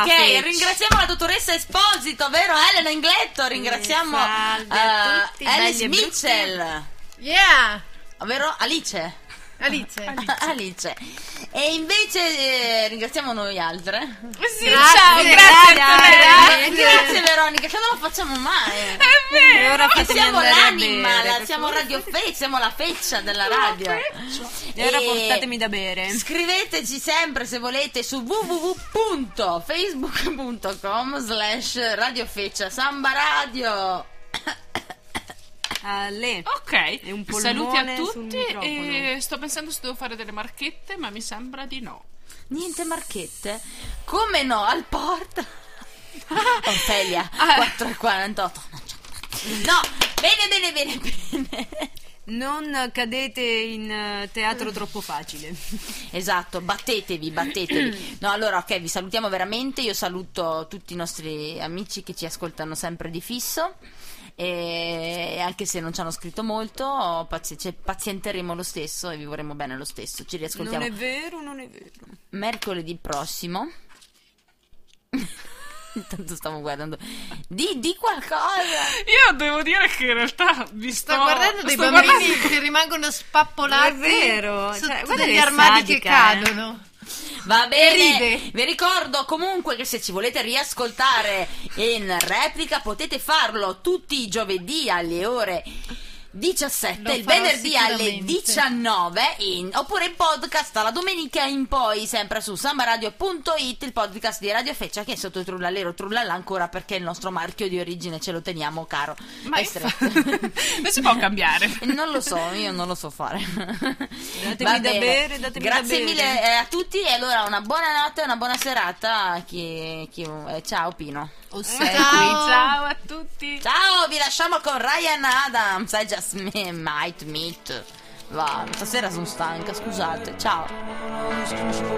[SPEAKER 2] Staffage.
[SPEAKER 3] ringraziamo la dottoressa Esposito, vero Elena Ingletto? Ringraziamo
[SPEAKER 2] Salve
[SPEAKER 3] eh,
[SPEAKER 2] a tutti, belli
[SPEAKER 3] Alice
[SPEAKER 2] e brutti.
[SPEAKER 3] Mitchell,
[SPEAKER 4] Yeah!
[SPEAKER 3] vero Alice?
[SPEAKER 4] Alice.
[SPEAKER 3] Alice. E invece eh, ringraziamo noi altre.
[SPEAKER 1] Sì,
[SPEAKER 4] Grazie,
[SPEAKER 1] ciao, grazie,
[SPEAKER 4] grazie,
[SPEAKER 1] Antonella.
[SPEAKER 4] Grazie.
[SPEAKER 3] Grazie Veronica, che non lo facciamo mai.
[SPEAKER 2] E ora
[SPEAKER 3] Perché
[SPEAKER 2] fatemi
[SPEAKER 3] siamo
[SPEAKER 2] andare a
[SPEAKER 3] l'anima,
[SPEAKER 2] bere.
[SPEAKER 3] la- siamo Radio Fe, siamo la feccia della radio.
[SPEAKER 2] E ora portatemi da bere.
[SPEAKER 3] Scriveteci sempre se volete su www.facebook.com slash radiofeccia samba radio.
[SPEAKER 2] Ale. È un
[SPEAKER 1] Ok,
[SPEAKER 2] polmone
[SPEAKER 1] saluti a
[SPEAKER 2] sul
[SPEAKER 1] tutti
[SPEAKER 2] microfono.
[SPEAKER 1] e sto pensando se devo fare delle marchette, ma mi sembra di no.
[SPEAKER 3] Niente marchette? Come no, al port. Ofelia,
[SPEAKER 1] Ah.
[SPEAKER 3] 448. non c'è marchette. No, bene, bene, bene, bene.
[SPEAKER 2] Non cadete in eh, teatro troppo facile.
[SPEAKER 3] Esatto, battetevi, battetevi. No, allora, ok, vi salutiamo veramente. Io saluto tutti i nostri amici che ci ascoltano sempre di fisso. E anche se non ci hanno scritto molto, pazi- cioè, pazienteremo lo stesso e vi vorremmo bene lo stesso. Ci
[SPEAKER 2] Non
[SPEAKER 3] riascoltiamo
[SPEAKER 2] è vero, non è vero.
[SPEAKER 3] mercoledì prossimo. Intanto stavo guardando. Di, di qualcosa!
[SPEAKER 1] Io devo dire che in realtà mi sto,
[SPEAKER 4] Sto guardando dei
[SPEAKER 1] sto
[SPEAKER 4] bambini
[SPEAKER 1] guardando-
[SPEAKER 4] che rimangono spappolati.
[SPEAKER 2] Non è vero,
[SPEAKER 4] Sotto
[SPEAKER 2] cioè, guarda
[SPEAKER 4] degli
[SPEAKER 2] che
[SPEAKER 4] armadi che
[SPEAKER 2] sadica, eh.
[SPEAKER 4] cadono.
[SPEAKER 3] Va bene,
[SPEAKER 4] ride.
[SPEAKER 3] vi ricordo comunque che se ci volete riascoltare in replica potete farlo tutti i giovedì alle ore 17,
[SPEAKER 4] Lo
[SPEAKER 3] il
[SPEAKER 4] farò
[SPEAKER 3] venerdì alle
[SPEAKER 4] sicuramente.
[SPEAKER 3] 19, in- oppure in podcast alla domenica in poi, sempre su sambaradio.it, il podcast di Radio Feccia che è sotto Trullallero Trullalla ancora perché il nostro marchio di origine ce lo teniamo caro.
[SPEAKER 1] Ma
[SPEAKER 3] e stretto.
[SPEAKER 1] infa- non si può cambiare.
[SPEAKER 3] Non lo so, io non lo so fare.
[SPEAKER 2] Datemi
[SPEAKER 3] Va
[SPEAKER 2] da
[SPEAKER 3] bene.
[SPEAKER 2] bere, datemi da
[SPEAKER 3] Grazie
[SPEAKER 2] bere.
[SPEAKER 3] mille eh, a tutti e allora una buona notte, una buona serata. a Chi, chi- eh, ciao Pino.
[SPEAKER 2] Oh,
[SPEAKER 4] Ciao.
[SPEAKER 1] Ciao a tutti.
[SPEAKER 3] Ciao, vi lasciamo con Ryan Adams. I just me- might meet. Va, stasera sono stanca, scusate. Ciao.
[SPEAKER 5] lost control.